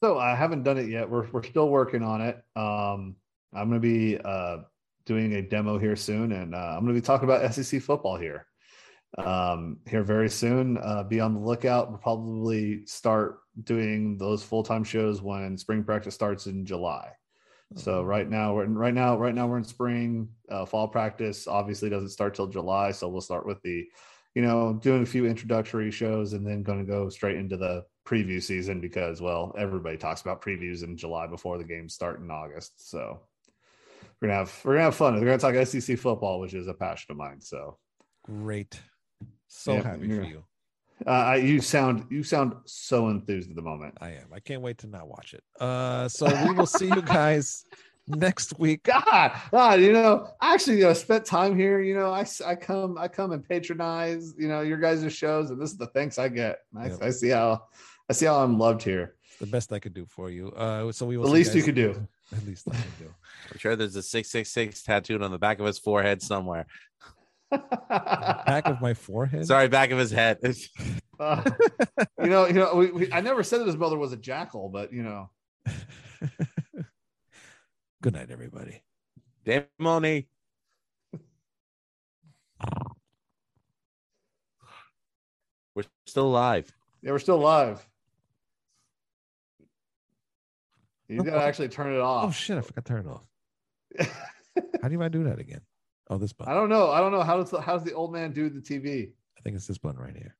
[SPEAKER 3] So I haven't done it yet. We're we're still working on it. Um, I'm going to be uh, doing a demo here soon, and uh, I'm going to be talking about SEC football here, um, here very soon. Uh, be on the lookout. We'll probably start doing those full time shows when spring practice starts in July.
[SPEAKER 2] Um,
[SPEAKER 3] So right now we're in, right now right now we're in spring. Uh, fall practice obviously doesn't start till July, so we'll start with the, you know, doing a few introductory shows and then going to go straight into the preview season because well everybody talks about previews in July before the games start in August. So we're gonna have we're gonna have fun. We're gonna talk SEC football, which is a passion of mine. So
[SPEAKER 2] great. So
[SPEAKER 3] Yeah,
[SPEAKER 2] happy for
[SPEAKER 3] you're-
[SPEAKER 2] you.
[SPEAKER 3] uh, I, you sound you sound so enthused at the moment.
[SPEAKER 2] I am. I can't wait to not watch it. Uh, so we will see you guys next week.
[SPEAKER 3] God, God, you know, I actually, you know, spent time here. You know, I, s- I come, I come and patronize, you know, your guys' shows, and this is the thanks I get. I,
[SPEAKER 2] Yep.
[SPEAKER 3] I see how, I see how I'm loved here.
[SPEAKER 2] It's the best I could do for you. Uh, so we will.
[SPEAKER 3] The
[SPEAKER 2] see
[SPEAKER 3] least you
[SPEAKER 2] guys-
[SPEAKER 3] could do.
[SPEAKER 2] At least I can do.
[SPEAKER 1] I'm sure there's a 666 tattooed on the back of his forehead somewhere.
[SPEAKER 2] Back of my forehead.
[SPEAKER 1] Sorry, back of his head.
[SPEAKER 3] Uh, you know, you know, we, we, I never said that his mother was a jackal, but you know,
[SPEAKER 2] Good night, everybody.
[SPEAKER 1] Demoni. We're still alive.
[SPEAKER 3] they were still alive. You gotta actually turn it
[SPEAKER 2] Oh
[SPEAKER 3] off.
[SPEAKER 2] shit! I forgot to turn it off. How do I do that again? Oh, this
[SPEAKER 3] I
[SPEAKER 2] button. I,
[SPEAKER 3] don't know. I don't know how does the, how does the old man do the TV?
[SPEAKER 2] think it's this button right here.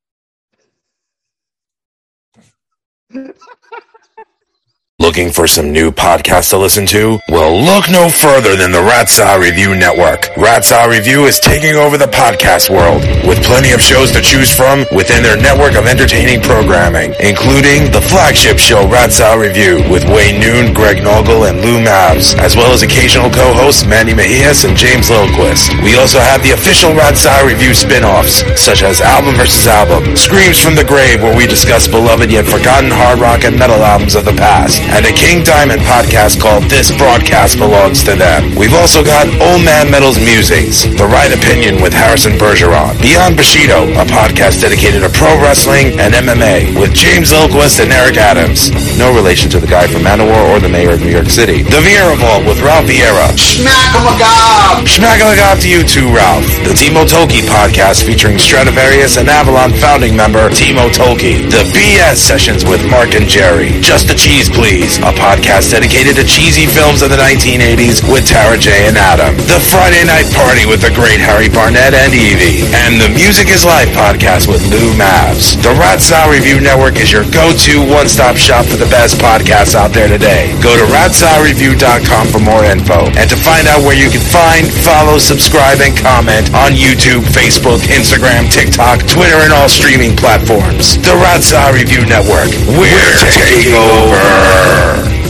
[SPEAKER 5] Looking for some new podcasts to listen to? Well, look no further than the Rat's Eye Review Network. Rat's Eye Review is taking over the podcast world with plenty of shows to choose from within their network of entertaining programming, including the flagship show Rat's Eye Review with Wayne Noon, Greg Noggle, and Lou Mavs, as well as occasional co-hosts Manny Mejias and James Lilquist. We also have the official Rat's Eye Review spin-offs, such as Album vs. Album, Screams from the Grave, where we discuss beloved yet forgotten hard rock and metal albums of the past, and a King Diamond podcast called This Broadcast Belongs to Them. We've also got Old Man Metal's Musings, The Right Opinion with Harrison Bergeron, Beyond Bushido, a podcast dedicated to pro wrestling and MMA with James Ilquist and Eric Adams. No relation to the guy from Manowar or the mayor of New York City. The Vieira Vault with Ralph Vieira. Schmackalagab! Schmackalagab to you too, Ralph. The Timo Tolki podcast featuring Stradivarius and Avalon founding member Timo Tolki. The BS sessions with Mark and Jerry. Just the Cheese Please, a podcast dedicated to cheesy films of the 1980s with Tara J and Adam. The Friday Night Party with the great Harry Barnett and Evie. And the Music is Live podcast with Lou Mavs. The Rat's Eye Review Network is your go-to one-stop shop for the best podcasts out there today. Go to ratsireview.com for more info and to find out where you can find, follow, subscribe, and comment on YouTube, Facebook, Instagram, TikTok, Twitter, and all streaming platforms. The Rat's Eye Review Network. We're, taking over.